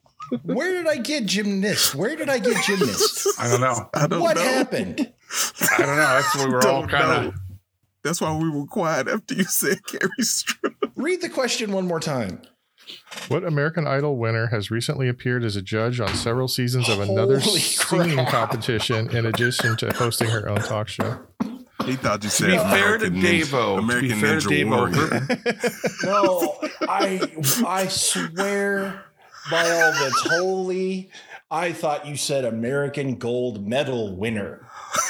A: Where did I get gymnast? Where did I get gymnast?
C: I don't know.
B: I don't
A: what
B: know.
A: happened?
C: I don't know. That's what we were all
B: Don't
C: kind
B: know. That's why we were quiet after you said Carrie Strug.
A: Read the question one more time.
D: What American Idol winner has recently appeared as a judge on several seasons of another
A: Holy
D: singing
A: crap.
D: competition in addition to hosting her own talk show?
B: He thought you said
C: be fair to
B: American Ninja-
C: Devo, to be
B: American
C: fair to
B: Ninja Warrior.
C: Devo,
A: No, I I swear by all that's holy, I thought you said American gold medal winner.
C: of.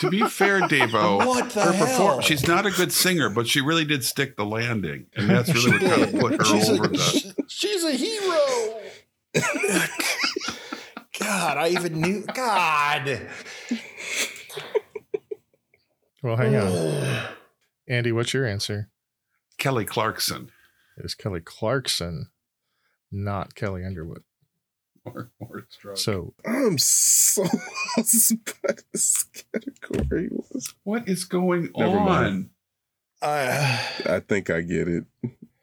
C: To be fair, Devo,
A: What the hell?
C: Oh. she's not a good singer, but she really did stick the landing, and that's really what kind of put her
A: She's
C: over
A: a,
C: the.
A: she- she's a hero. God, I even knew. God.
D: Well, hang on. Andy, what's your answer?
C: Kelly Clarkson
D: It is Kelly Clarkson, not Kelly Underwood.
C: or, or Strug.
D: So
B: I'm so lost by this category. was.
C: what is going
B: Never
C: on?
B: mind.
A: Uh,
B: I think I get it.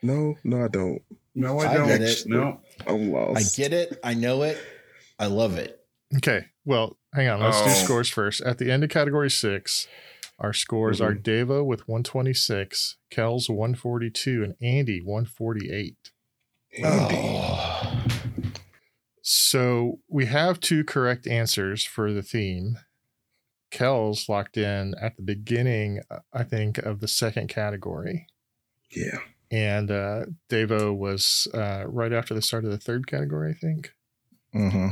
B: No, no, I don't.
C: No, I
A: I
C: don't.
A: get it.
C: No,
B: I'm
A: I
B: lost.
A: get it. I know it. I love it.
D: Okay. Well, hang on. Let's do
C: Oh.
D: scores first. At the end of category six, our scores are
A: Mm-hmm.
D: Devo with 126, Kells
B: Oh,
D: 142, and Andy 148.
B: Andy.
A: Oh.
D: So we have two correct answers for the theme. Kells locked in at the beginning, uh, I think, of the second category.
B: Yeah.
D: And uh, Devo was uh, right after the start of the third category, I think.
A: Mm-hmm.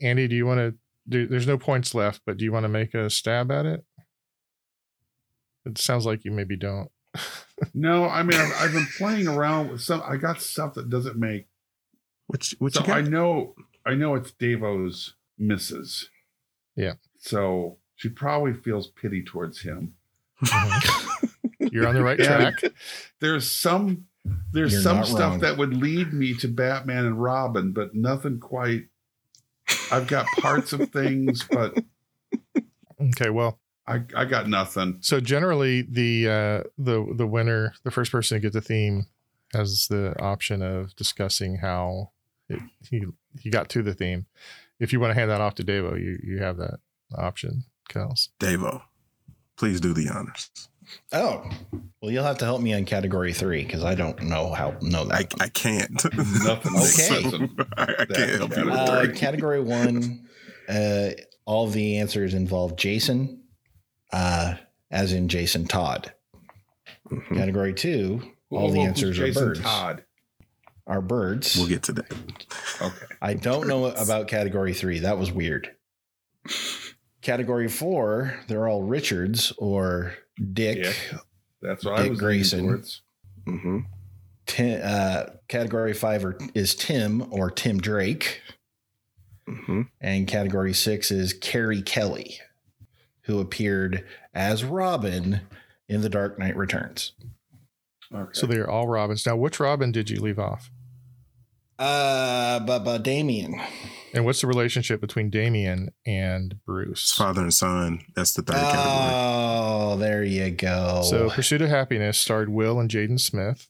D: Andy, do you want to? do There's no points left, but do you want to make a stab at it? It sounds like you maybe don't.
C: No, I mean, I've, I've been playing around with some. I got stuff that doesn't make.
B: What you, what
C: So
B: you got?
C: I know, I know it's Davo's misses.
D: Yeah.
C: So she probably feels pity towards him.
D: Uh-huh. You're on the right
C: Yeah.
D: track.
C: There's some, there's
A: You're
C: some
A: not
C: stuff
A: wrong.
C: that would lead me to Batman and Robin, but nothing quite. I've got parts of things, but
D: Okay, well,
C: I, I got nothing.
D: so generally the uh, the the winner, the first person to get the theme, has the option of discussing how it, he he got to the theme. If you want to hand that off to Devo, you you have that option, Kels.
B: Davo, please do the honors.
A: Oh, well, you'll have to help me on category three because I don't know how know
B: I,
A: that.
B: I can't.
C: Nothing.
A: Okay.
B: So, I, I can't help you with
A: uh,
B: that.
A: category one, uh, all of the answers involve Jason, uh, as in Jason Todd.
B: Mhm.
A: Category two, all
C: Hmm. Whoa,
A: the
C: who's
A: answers are
C: Jason
A: birds.
C: Todd.
A: Are birds.
B: We'll get to that.
C: Okay.
A: I don't know about category three. That was weird. Category four, they're all Richards or Dick.
C: Dick. That's what I
A: Dick
C: was
A: Grayson.
C: leaning towards.
B: hmm
A: Ti- uh, category five are, is Tim or Tim Drake.
B: hmm
A: And category six is Carrie Kelly, who appeared as Robin in The Dark Knight Returns.
C: Okay.
D: So they are all Robins. Now, which Robin did you leave off?
A: Uh, but, but Damien.
D: And what's the relationship between Damien and
B: It's
D: Bruce?
B: father and son. That's the
A: Uh,
B: third category.
A: Oh, there you go.
D: So, Pursuit of Happiness starred Will and Jaden Smith.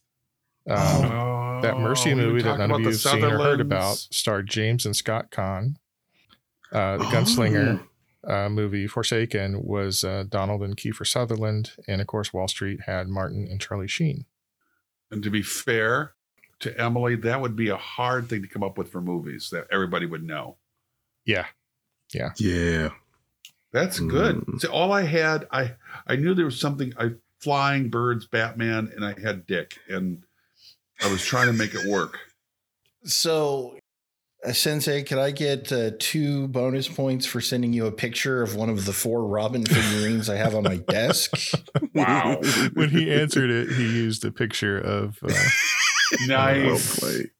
D: Um,
C: Oh,
D: that Mercy
C: we were
D: movie that
C: talking
D: none
C: about
D: of you
C: the
D: have seen or heard
C: Sutherlands.
D: about starred James and Scott Kahn. Uh, the
B: Oh.
D: Gunslinger uh, movie Forsaken was uh, Donald and Kiefer Sutherland, and of course Wall Street had Martin and Charlie Sheen.
C: And to be fair to Emily, that would be a hard thing to come up with for movies that everybody would know.
D: Yeah,
B: Yeah.
C: That's good.
B: Mm.
C: See, all I had, I I knew there was something. I flying birds, Batman, and I had Dick, and I was trying to make it work.
A: So, uh, Sensei, could I get uh, two bonus points for sending you a picture of one of the four Robin figurines I have on my desk?
C: Wow.
D: when he answered it, he used a picture of. Uh,
B: Well
C: Nice.
B: played.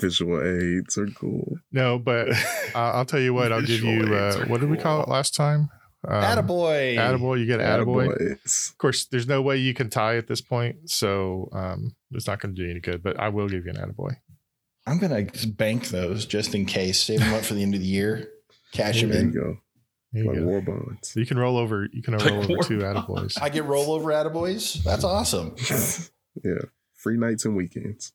B: Visual aids are cool.
D: no, but I I'll tell you what. I'll give you.
B: Visual aids
D: Uh,
B: are
D: what did we call it
B: cool.
D: last time? Um,
A: Attaboy.
D: Attaboy. You get Attaboy.
B: Attaboys.
D: Of course, there's no way you can tie at this point, so um, it's not going to do you any good. But I will give you an Attaboy.
A: I'm gonna bank those just in case. Save them up for the end of the year. Cash them
B: There you
A: in.
B: go.
D: There you
B: Like
D: go.
B: war bonds.
D: So you can roll over. You can
C: Like
D: roll over
C: four
D: two attaboys.
A: I get rollover attaboys. That's awesome.
B: Yeah. Free nights and weekends.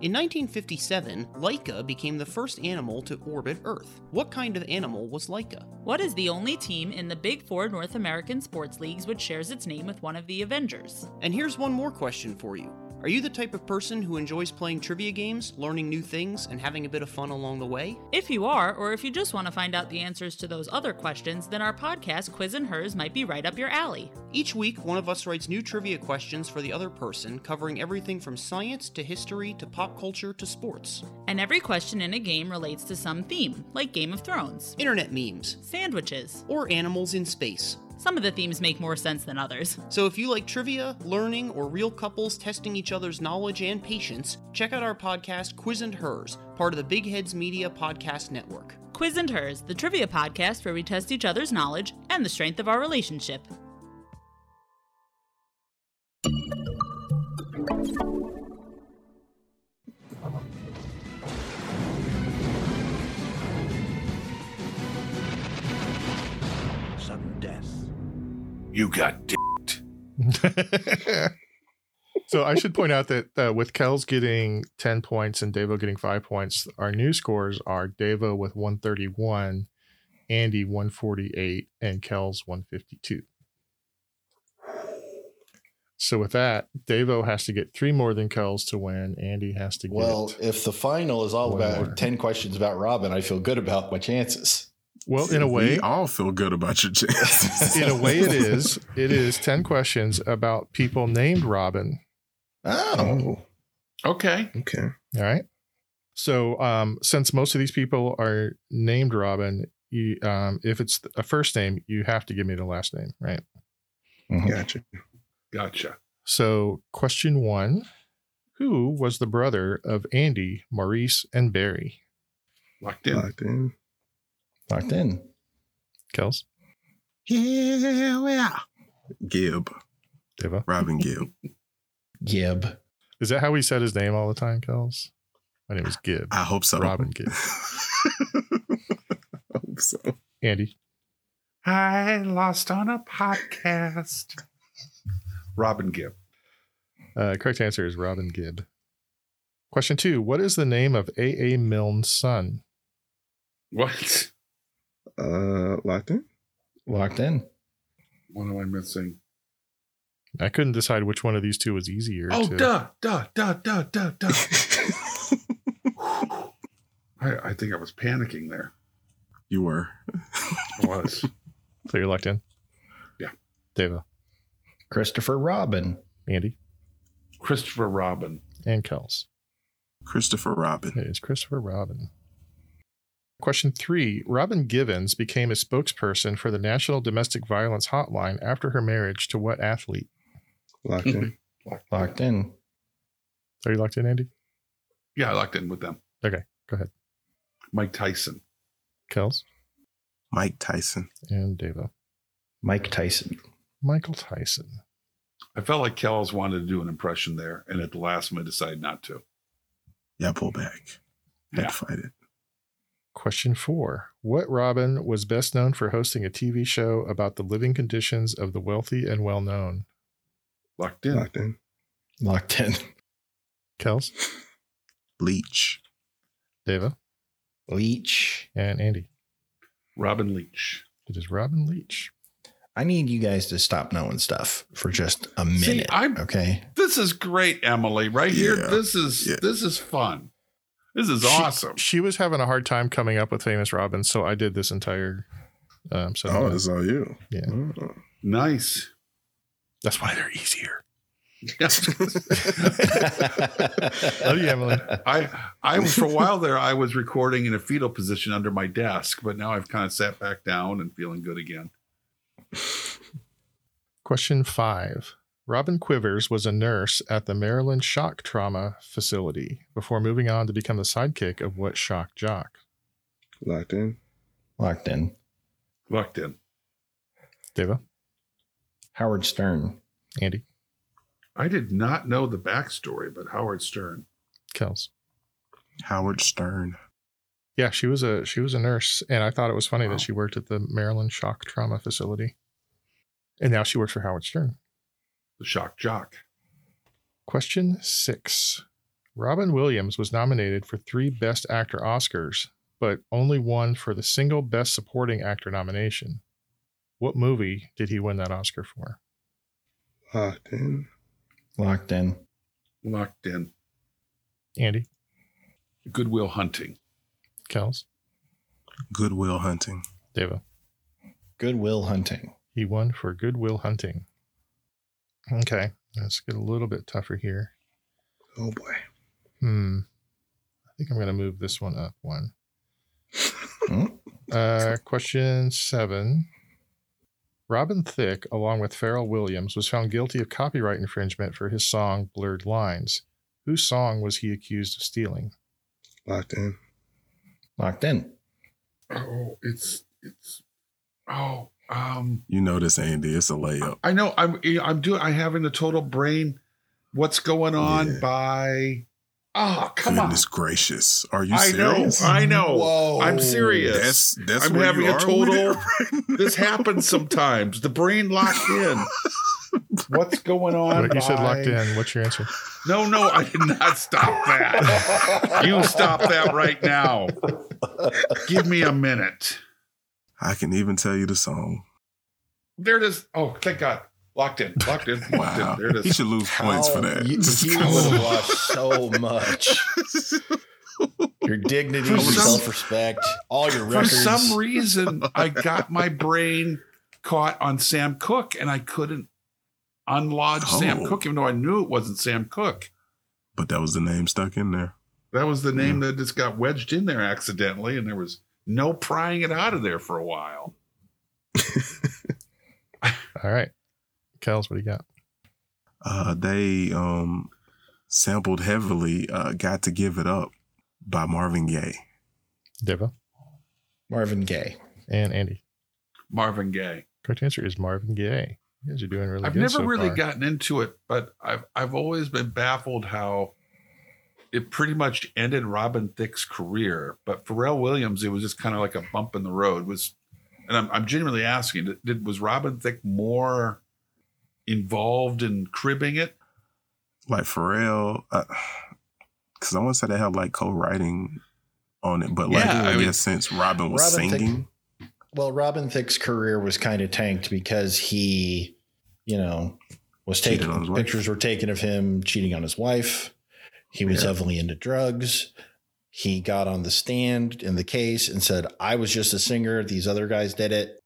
K: In 1957, Leica became the first animal to orbit Earth. What kind of animal was Leica?
L: What is the only team in the Big Four North American sports leagues which shares its name with one of the Avengers?
K: And here's one more question for you. Are you the type of person who enjoys playing trivia games, learning new things, and having a bit of fun along the way?
L: If you are, or if you just want to find out the answers to those other questions, then our podcast, Quiz and Hers, might be right up your alley.
K: Each week, one of us writes new trivia questions for the other person, covering everything from science to history to pop culture to sports.
L: And every question in a game relates to some theme, like Game of Thrones,
K: Internet memes,
L: sandwiches.
K: or animals in space.
L: Some of the themes make more sense than others.
K: So if you like trivia, learning, or real couples testing each other's knowledge and patience, check out our podcast Quiz and Hers, part of the Big Heads Media Podcast Network.
L: Quiz and Hers, the trivia podcast where we test each other's knowledge and the strength of our relationship.
G: Sudden death.
C: You got dicked.
D: so I should point out that uh, with Kells getting ten points and Devo getting five points, our new scores are Devo with one thirty one, Andy one forty eight, and Kells one fifty two. So with that, Davo has to get three more than Kells to win. Andy has to get
A: Well, if the final is all
D: One
A: about
D: more.
A: 10 questions about Robin, I feel good about my chances.
D: well in a
B: we
D: way.
B: all feel good about your chances.
D: In a way, it is. It is ten questions about people named Robin.
A: Oh,
C: Okay.
B: okay.
D: All right. So, um, since most of these people are named Robin, you, um, if it's a first name, you have to give me the last name, right?
B: Gotcha.
C: Gotcha.
D: So, question one Who was the brother of Andy, Maurice, and Barry?
C: Locked in.
B: Locked in.
A: locked in.
D: Kels,
B: Yeah, yeah. Gibb.
D: Deva.
B: Robin Gibb.
A: Gib.
D: Is that how we said his name all the time, Kels? My name is Gibb.
B: I hope so.
D: Robin Gibb.
B: I hope so.
D: Andy,
C: I lost on a podcast. Robin Gibb.
D: uh, correct answer is Robin Gibb. Question two What is the name of A.A. Milne's son?
C: What?
B: Uh, locked in.
A: Locked in.
C: What am I missing?
D: I couldn't decide which one of these two was easier.
C: Oh,
D: to-
C: duh, duh, duh, duh, duh, duh. I, I think I was panicking there.
B: You were.
C: I was.
D: So you're locked in?
C: Yeah.
D: Deva,
A: Christopher Robin.
D: Andy,
C: Christopher Robin.
D: and Kels.
B: Christopher Robin.
D: It is Christopher Robin. Question three Robin Givens became a spokesperson for the National Domestic Violence Hotline after her marriage to what athlete?
B: Locked in.
A: Locked in.
D: Are you locked in, Andy?
C: Yeah, I locked in with them.
D: Okay, go ahead.
C: Mike Tyson.
D: Kels
B: Mike Tyson.
D: and Deva.
A: Mike Tyson.
D: Michael Tyson.
C: I felt like Kells wanted to do an impression there, and at the last minute decided not to.
B: Yeah, pull back. Had
C: Yeah.
B: to fight it.
D: Question four What Robin was best known for hosting a TV show about the living conditions of the wealthy and well known?
C: Locked in.
B: Locked in.
A: Locked in.
D: Kels,
B: Leech.
D: Deva,
A: Leech.
D: and Andy.
C: Robin Leach.
D: It is Robin Leach.
A: I need you guys to stop knowing stuff for just a minute.
C: See, I'm-
A: okay.
C: This is great, Emily. Right here.
B: Yeah.
C: This is
B: Yeah.
C: this is fun. This is
D: She-
C: awesome.
D: She was having a hard time coming up with famous Robin, so I did this entire. Um, so
B: Oh, it's all you.
D: Yeah.
B: Oh.
C: Nice.
D: that's why they're easier.
A: Love
D: Love you, Emily.
C: I I for a while there I was recording in a fetal position under my desk, but now I've kind of sat back down and feeling good again.
D: Question five: Robin Quivers was a nurse at the Maryland Shock Trauma Facility before moving on to become the sidekick of what shock jock?
B: Locked in.
A: Locked in.
C: Locked in.
D: Deva,
A: Howard Stern.
D: Andy,
C: I did not know the backstory, but Howard Stern.
D: Kels.
B: Howard Stern.
D: Yeah, she was a she was a nurse, and I thought it was funny
B: Wow.
D: that she worked at the Maryland Shock Trauma Facility, and now she works for Howard Stern.
C: The shock jock.
D: Question six Robin Williams was nominated for three Best Actor Oscars, but only won for the single Best Supporting Actor nomination. What movie did he win that Oscar for?
B: Locked in.
A: Locked in.
C: Locked in.
D: Andy,
C: Goodwill hunting.
D: Kells,
B: Goodwill Hunting.
D: Deva.
A: Goodwill hunting.
D: He won for Goodwill Hunting. Okay, let's get a little bit tougher here.
B: Oh boy.
D: Hmm. I think I'm going to move this one up one.
A: Hmm?
D: Uh, question seven. Robin Thicke, along with Pharrell Williams, was found guilty of copyright infringement for his song Blurred Lines. Whose song was he accused of stealing?
B: Locked in.
A: Locked in.
C: Oh, it's it's oh um
B: You know this, Andy. It's a layup.
C: I know I'm I'm doing I'm having a total brain what's going on
B: Yeah.
C: by Oh, come
B: Goodness
C: on.
B: gracious. Are you
C: I know,
B: serious?
C: I know.
A: Whoa.
C: I'm serious.
B: That's that's
C: I'm
B: where
C: having
B: you
C: a
B: are with
C: total-
B: it right
C: this
B: now?
C: happens sometimes. The brain locked in. What's going on?
D: Wait, you said
C: by-
D: locked in. What's your answer?
C: No, no, I did not stop that. you stop that right now. Give me a minute.
B: I can even tell you the song.
C: There it is. Oh, thank God. Locked in. Locked in. Locked
B: Wow.
C: in. There it
B: He
C: is.
B: should lose points for that.
A: Oh, You,
B: Just-
A: you would have lost so much. Your dignity,
C: For
A: your
C: some-
A: self respect, all your
C: For
A: records.
C: some reason, I got my brain caught on Sam Cook and I couldn't unlodge Sam
B: Oh.
C: Cook, even though I knew it wasn't Sam Cook.
B: But that was the name stuck in there.
C: That was the name that just got wedged in there accidentally, and there was no prying it out of there for a while.
D: All right. Kels, what do you got?
B: Uh, they um, sampled heavily uh, Got to Give It Up by Marvin Gaye.
D: Deva
A: Marvin Gaye.
D: and Andy.
C: Marvin Gaye.
D: Correct answer is Marvin Gaye. You guys are doing really
C: I've
D: good.
C: never
D: so
C: really
D: far.
C: gotten into it, but I've I've always been baffled how it pretty much ended Robin Thicke's career. But Pharrell Williams, it was just kind of like a bump in the road. Was and I'm I'm genuinely asking, did was Robin Thicke more involved in cribbing it?
B: Like Pharrell, because I want to say they had like co writing on it, but like,
C: Yeah,
B: I
C: I mean-
B: guess since Robin was
A: Robin Thicke-
B: singing,
A: Well, Robin Thicke's career was kind of tanked because he, you know, was
B: Cheated
A: taken.
B: on his wife.
A: Pictures were taken of him cheating on his wife. He was
B: Yeah.
A: heavily into drugs. He got on the stand in the case and said, "I was just a singer. These other guys did it."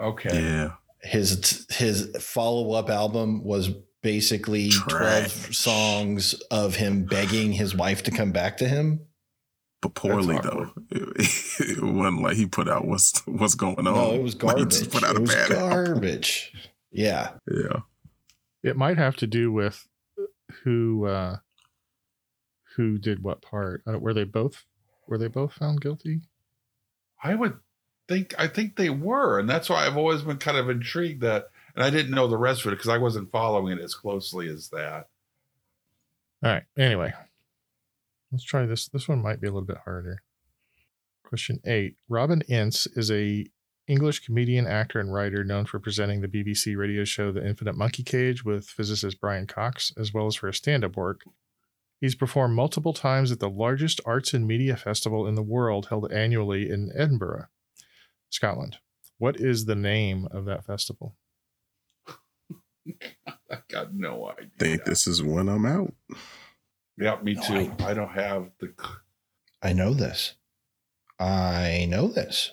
C: Okay.
B: yeah,
A: His his follow up album was basically
B: Trash.
A: twelve songs of him begging his wife to come back to him.
B: but poorly though. It, it wasn't like he put out what's what's going on.
A: No, it was
B: Like, he
A: garbage.
B: just put out
A: it
B: a
A: was
B: bad album.
A: garbage. Yeah.
B: Yeah.
D: It might have to do with who uh who did what part. I don't, were they both were they both found guilty?
C: I would think I think they were, and that's why I've always been kind of intrigued that, and I didn't know the rest of it because I wasn't following it as closely as that.
D: All right. Anyway, let's try this. This one might be a little bit harder. Question eight. Robin Ince is a English comedian, actor, and writer known for presenting the BBC radio show The Infinite Monkey Cage with physicist Brian Cox, as well as for his stand-up work. He's performed multiple times at the largest arts and media festival in the world held annually in Edinburgh, Scotland. What is the name of that festival?
C: I got no idea.
B: Think this is when I'm out.
C: Yeah, me
A: No,
C: too. I, don't have the.
A: I know this. I know this.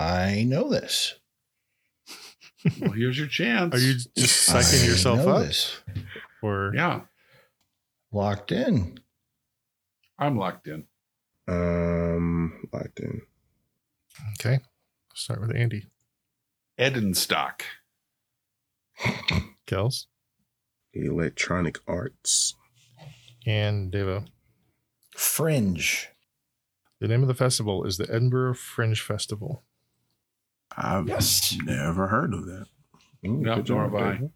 A: I know this.
C: Well, here's your chance.
D: Are you just psyching
A: I
D: yourself
A: know
D: up?
A: This.
D: Or
C: Yeah,
A: Locked in.
C: I'm locked in.
B: Um, locked in.
D: okay. Start with Andy.
C: Edenstock.
D: Kels.
B: Electronic Arts.
D: and Devo.
A: Fringe.
D: The name of the festival is the Edinburgh Fringe Festival.
B: I've
A: Yes.
B: never heard of that. Ooh,
C: No,
B: Mm, good
C: nor
B: job,
C: have I.
B: David.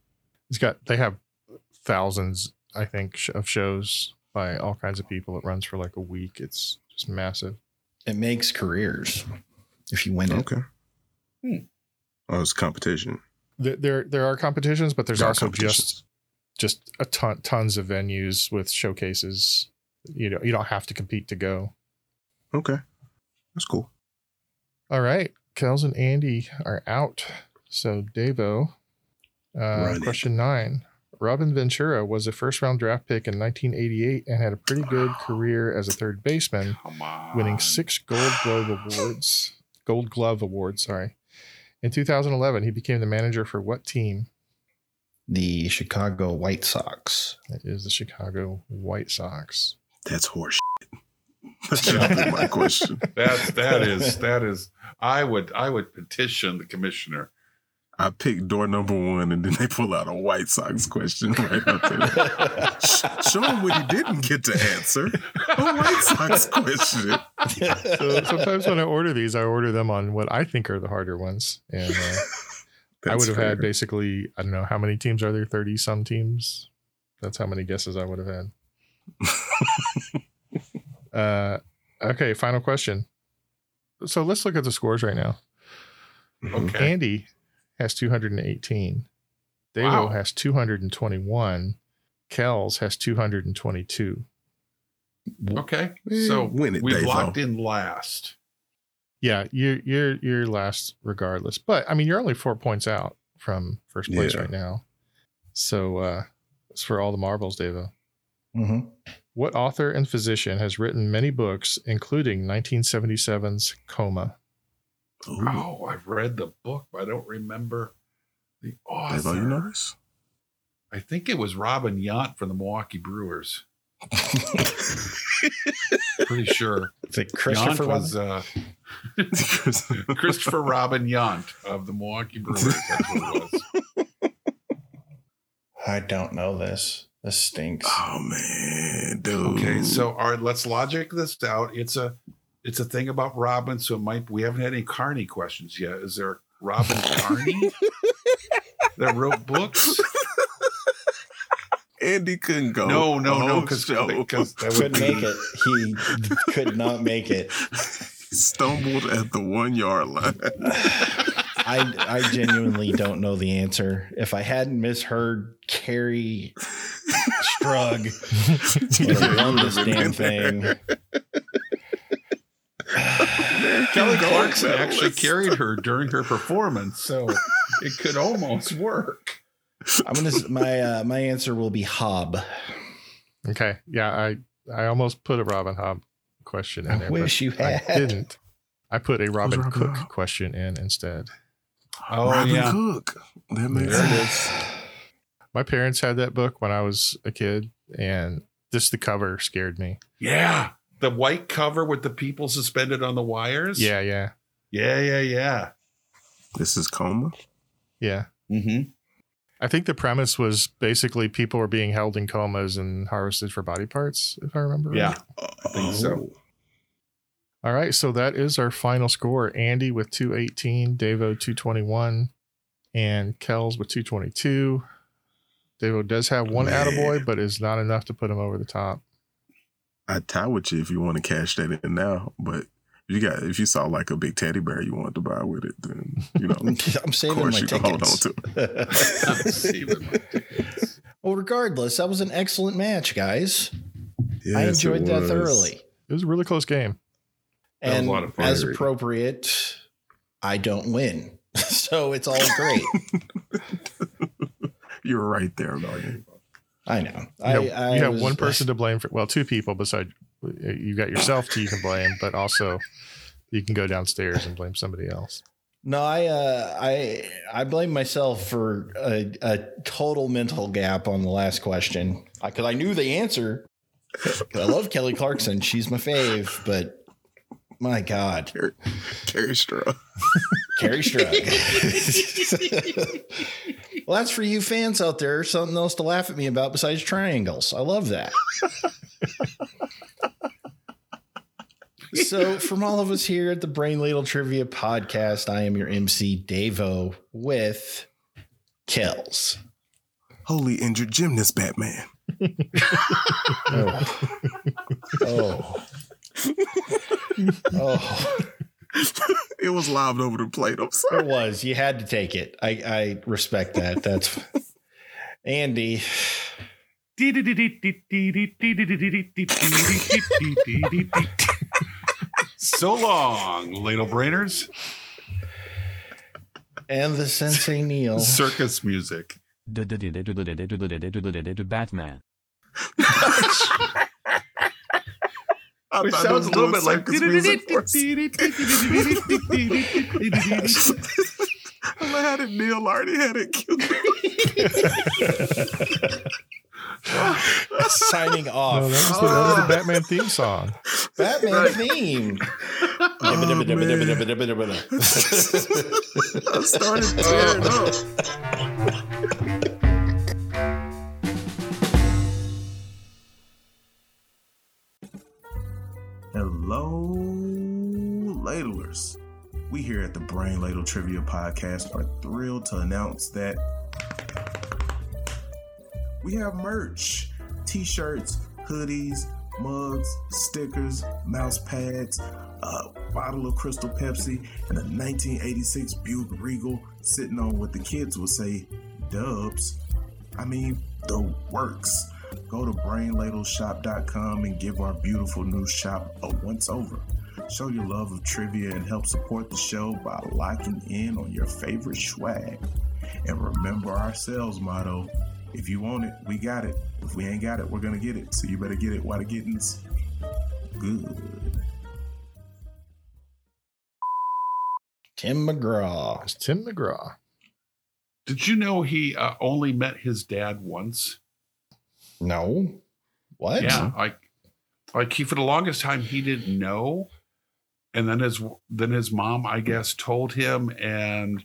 D: It's got they have thousands, I think, sh- of shows by all kinds of people. It runs for like a week. It's just massive.
A: It makes careers if you win it.
B: Okay.
C: Hmm.
B: Oh, it's competition.
D: There there, there are competitions, but there's
B: There are
D: also just
B: competitions.
D: just a ton tons of venues with showcases. You know, you don't have to compete to go.
B: Okay. That's cool.
D: All right, Kels and Andy are out. So Devo, uh,
B: Run it.
D: question nine. Robin Ventura was a first round draft pick in 1988 and had a pretty good career as a third baseman,
C: Come on.
D: winning six Gold Glove awards. Gold Glove awards, sorry. In 2011, he became the manager for what team?
A: The Chicago White Sox.
D: That is the Chicago White Sox.
B: That's horse. That should have been my question.
C: That's that is that is. I would I would petition the commissioner.
B: I picked door number one, and then they pull out a White Sox question right after that. Sh- Show him what he didn't get to answer. A White Sox question.
D: So sometimes when I order these, I order them on what I think are the harder ones. And uh, I would have
B: fair.
D: had basically, I don't know, how many teams are there? 30 some teams? That's how many guesses I would have had. Uh, okay, final question. So let's look at the scores right now.
C: Okay.
D: Andy has 218. Davo
C: Wow.
D: has 221. Kells has 222.
C: Okay.
B: Man,
C: So
B: win it,
C: we
B: Davo.
C: locked in last.
D: Yeah, you're you're you're last regardless. But I mean, you're only four points out from first place
B: Yeah.
D: right now. So uh, it's for all the marbles, Devo.
A: Mm-hmm.
D: What author and physician has written many books, including 1977's Coma?
C: Oh, I've read the book, but I don't remember the
B: Dave, are you
C: author.
B: nervous?
C: I think it was Robin Yount from the Milwaukee Brewers. Pretty sure.
A: Is it Christopher
C: Yount was
A: Robin?
C: uh, Christopher Robin Yount of the Milwaukee Brewers. That's what it was.
A: I don't know this. This stinks.
B: oh man, dude.
C: Okay, so all right, let's logic this out. It's a it's a thing about Robin, so it might we haven't had any Carney questions yet. Is there Robin Carney that wrote books?
B: Andy couldn't go.
C: No, Oh, no,
B: the
C: no,
B: whole
C: because
B: show.
A: I could make it. He could not make it.
B: stumbled at the one yard line.
A: I I genuinely don't know the answer. If I hadn't misheard Carrie Strug would have won this damn thing.
C: Kelly
B: Go
C: Clarkson
B: ahead,
C: actually
B: let's-
C: carried her during her performance, so it could almost work.
A: I'm gonna s- my uh, my answer will be Hob.
D: Okay, yeah, I I almost put a Robin Hobb question in
A: I
D: there. but
A: wish you had.
D: I didn't. I put a Robin,
B: Robin
D: Cook
B: Hobb?
D: question in instead.
C: Oh
B: Robin
C: yeah.
B: Cook. That makes
C: There it
B: sense.
D: My parents had that book when I was a kid, and just the cover scared me.
C: Yeah. The white cover with the people suspended on the wires.
D: Yeah, yeah,
C: Yeah, yeah, yeah.
B: This is coma.
D: yeah.
A: Mm-hmm.
D: I think the premise was basically people were being held in comas and harvested for body parts, if I remember. right.
C: Yeah. I think so.
B: Oh.
D: All right, so that is our final score. Andy with 218, Davo 221, and Kells with 222. Davo does have one
B: Man.
D: attaboy, but is not enough to put him over the top.
B: I tie with you if you want to cash that in now, but. if You got if you saw like a big teddy bear you wanted to buy with it, then you know.
A: I'm
B: of
A: saving
B: course,
A: my
B: you can hold on
A: tickets.
B: to it.
C: See what my tickets.
A: Well, regardless, that was an excellent match, guys. I
B: Yes, it
A: enjoyed that
B: was.
A: thoroughly.
D: It was a really close game.
C: That was a
A: And
C: lot of fun.
A: as appropriate, I don't win. so it's all great.
B: You're right there, Megan.
A: I know.
D: You
A: I,
D: have,
A: I
D: you have
A: was-
D: one person to blame for, well, two people beside you got yourself to you can blame, but also you can go downstairs and blame somebody else.
A: No, I uh, I I blame myself for a, a total mental gap on the last question because I knew the answer. 'Cause I love Kelly Clarkson; she's my fave. But my God,
B: Carrie Straw.
A: Carrie Strug. well, that's for you fans out there. Something else to laugh at me about besides triangles. I love that. so, from all of us here at the Brain Ladle Trivia Podcast, I am your MC Davo with Kells.
B: Holy injured gymnast, Batman.
A: Oh. Oh. Oh.
B: it was lobbed over the plate. I'm
A: It
B: sorry.
A: was. You had to take it. I, I respect that. That's Andy.
C: So long, ladle brainers.
A: And the Sensei Neil.
C: Circus music.
F: Batman.
B: I
C: Which
B: thought
C: sounds
B: was
C: a little
B: doing
C: bit like
B: circus music for a second. I had it. Neil already had it. Killed
A: Signing
D: No, that
A: off.
D: was, the, that was the Batman theme song.
A: Batman
B: Right.
A: theme.
B: Oh, man. I started tearing up. Hello, ladlers. We here at the Brain Ladle Trivia Podcast are thrilled to announce that we have merch t shirts, hoodies, mugs, stickers, mouse pads, a bottle of Crystal Pepsi, and a 1986 Buick Regal sitting on what the kids will say dubs. I mean, the works. Go to brainladleshop.com and give our beautiful new shop a once over. Show your love of trivia and help support the show by locking in on your favorite swag. And remember our sales motto if you want it, we got it. If we ain't got it, we're going to get it. So you better get it while the getting's good.
A: Tim McGraw.
D: It's Tim McGraw.
C: Did you know he uh, only met his dad once?
A: No. What?
C: Yeah, like like he for the longest time he didn't know, and then his then his mom I guess told him, and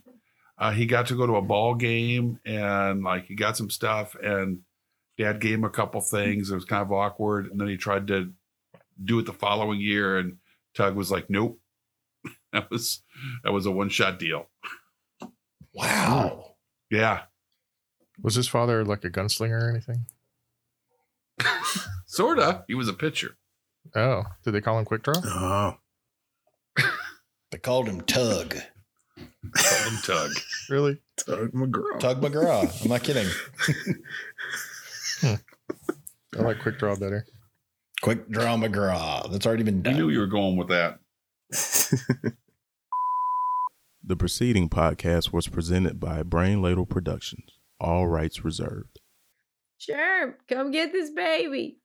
C: uh, he got to go to a ball game and like he got some stuff, and dad gave him a couple things. It was kind of awkward, and then he tried to do it the following year, and Tug was like, "Nope." That was that was a one shot deal.
A: Wow.
C: Yeah,
D: Was his father like a gunslinger or anything?
C: sorta. He was a pitcher.
D: Oh, did they call him Quick Draw?
M: Uh-huh.
B: Oh,
A: They called him Tug.
C: Called him Tug.
D: Really?
B: Tug McGraw.
A: Tug McGraw. I'm not kidding.
D: I like Quick Draw better.
A: Quick draw McGraw. That's already been
C: I
A: done.
C: knew you were going with that.
M: The preceding podcast was presented by Brain Ladle Productions, all rights reserved.
N: Sure, come get this baby.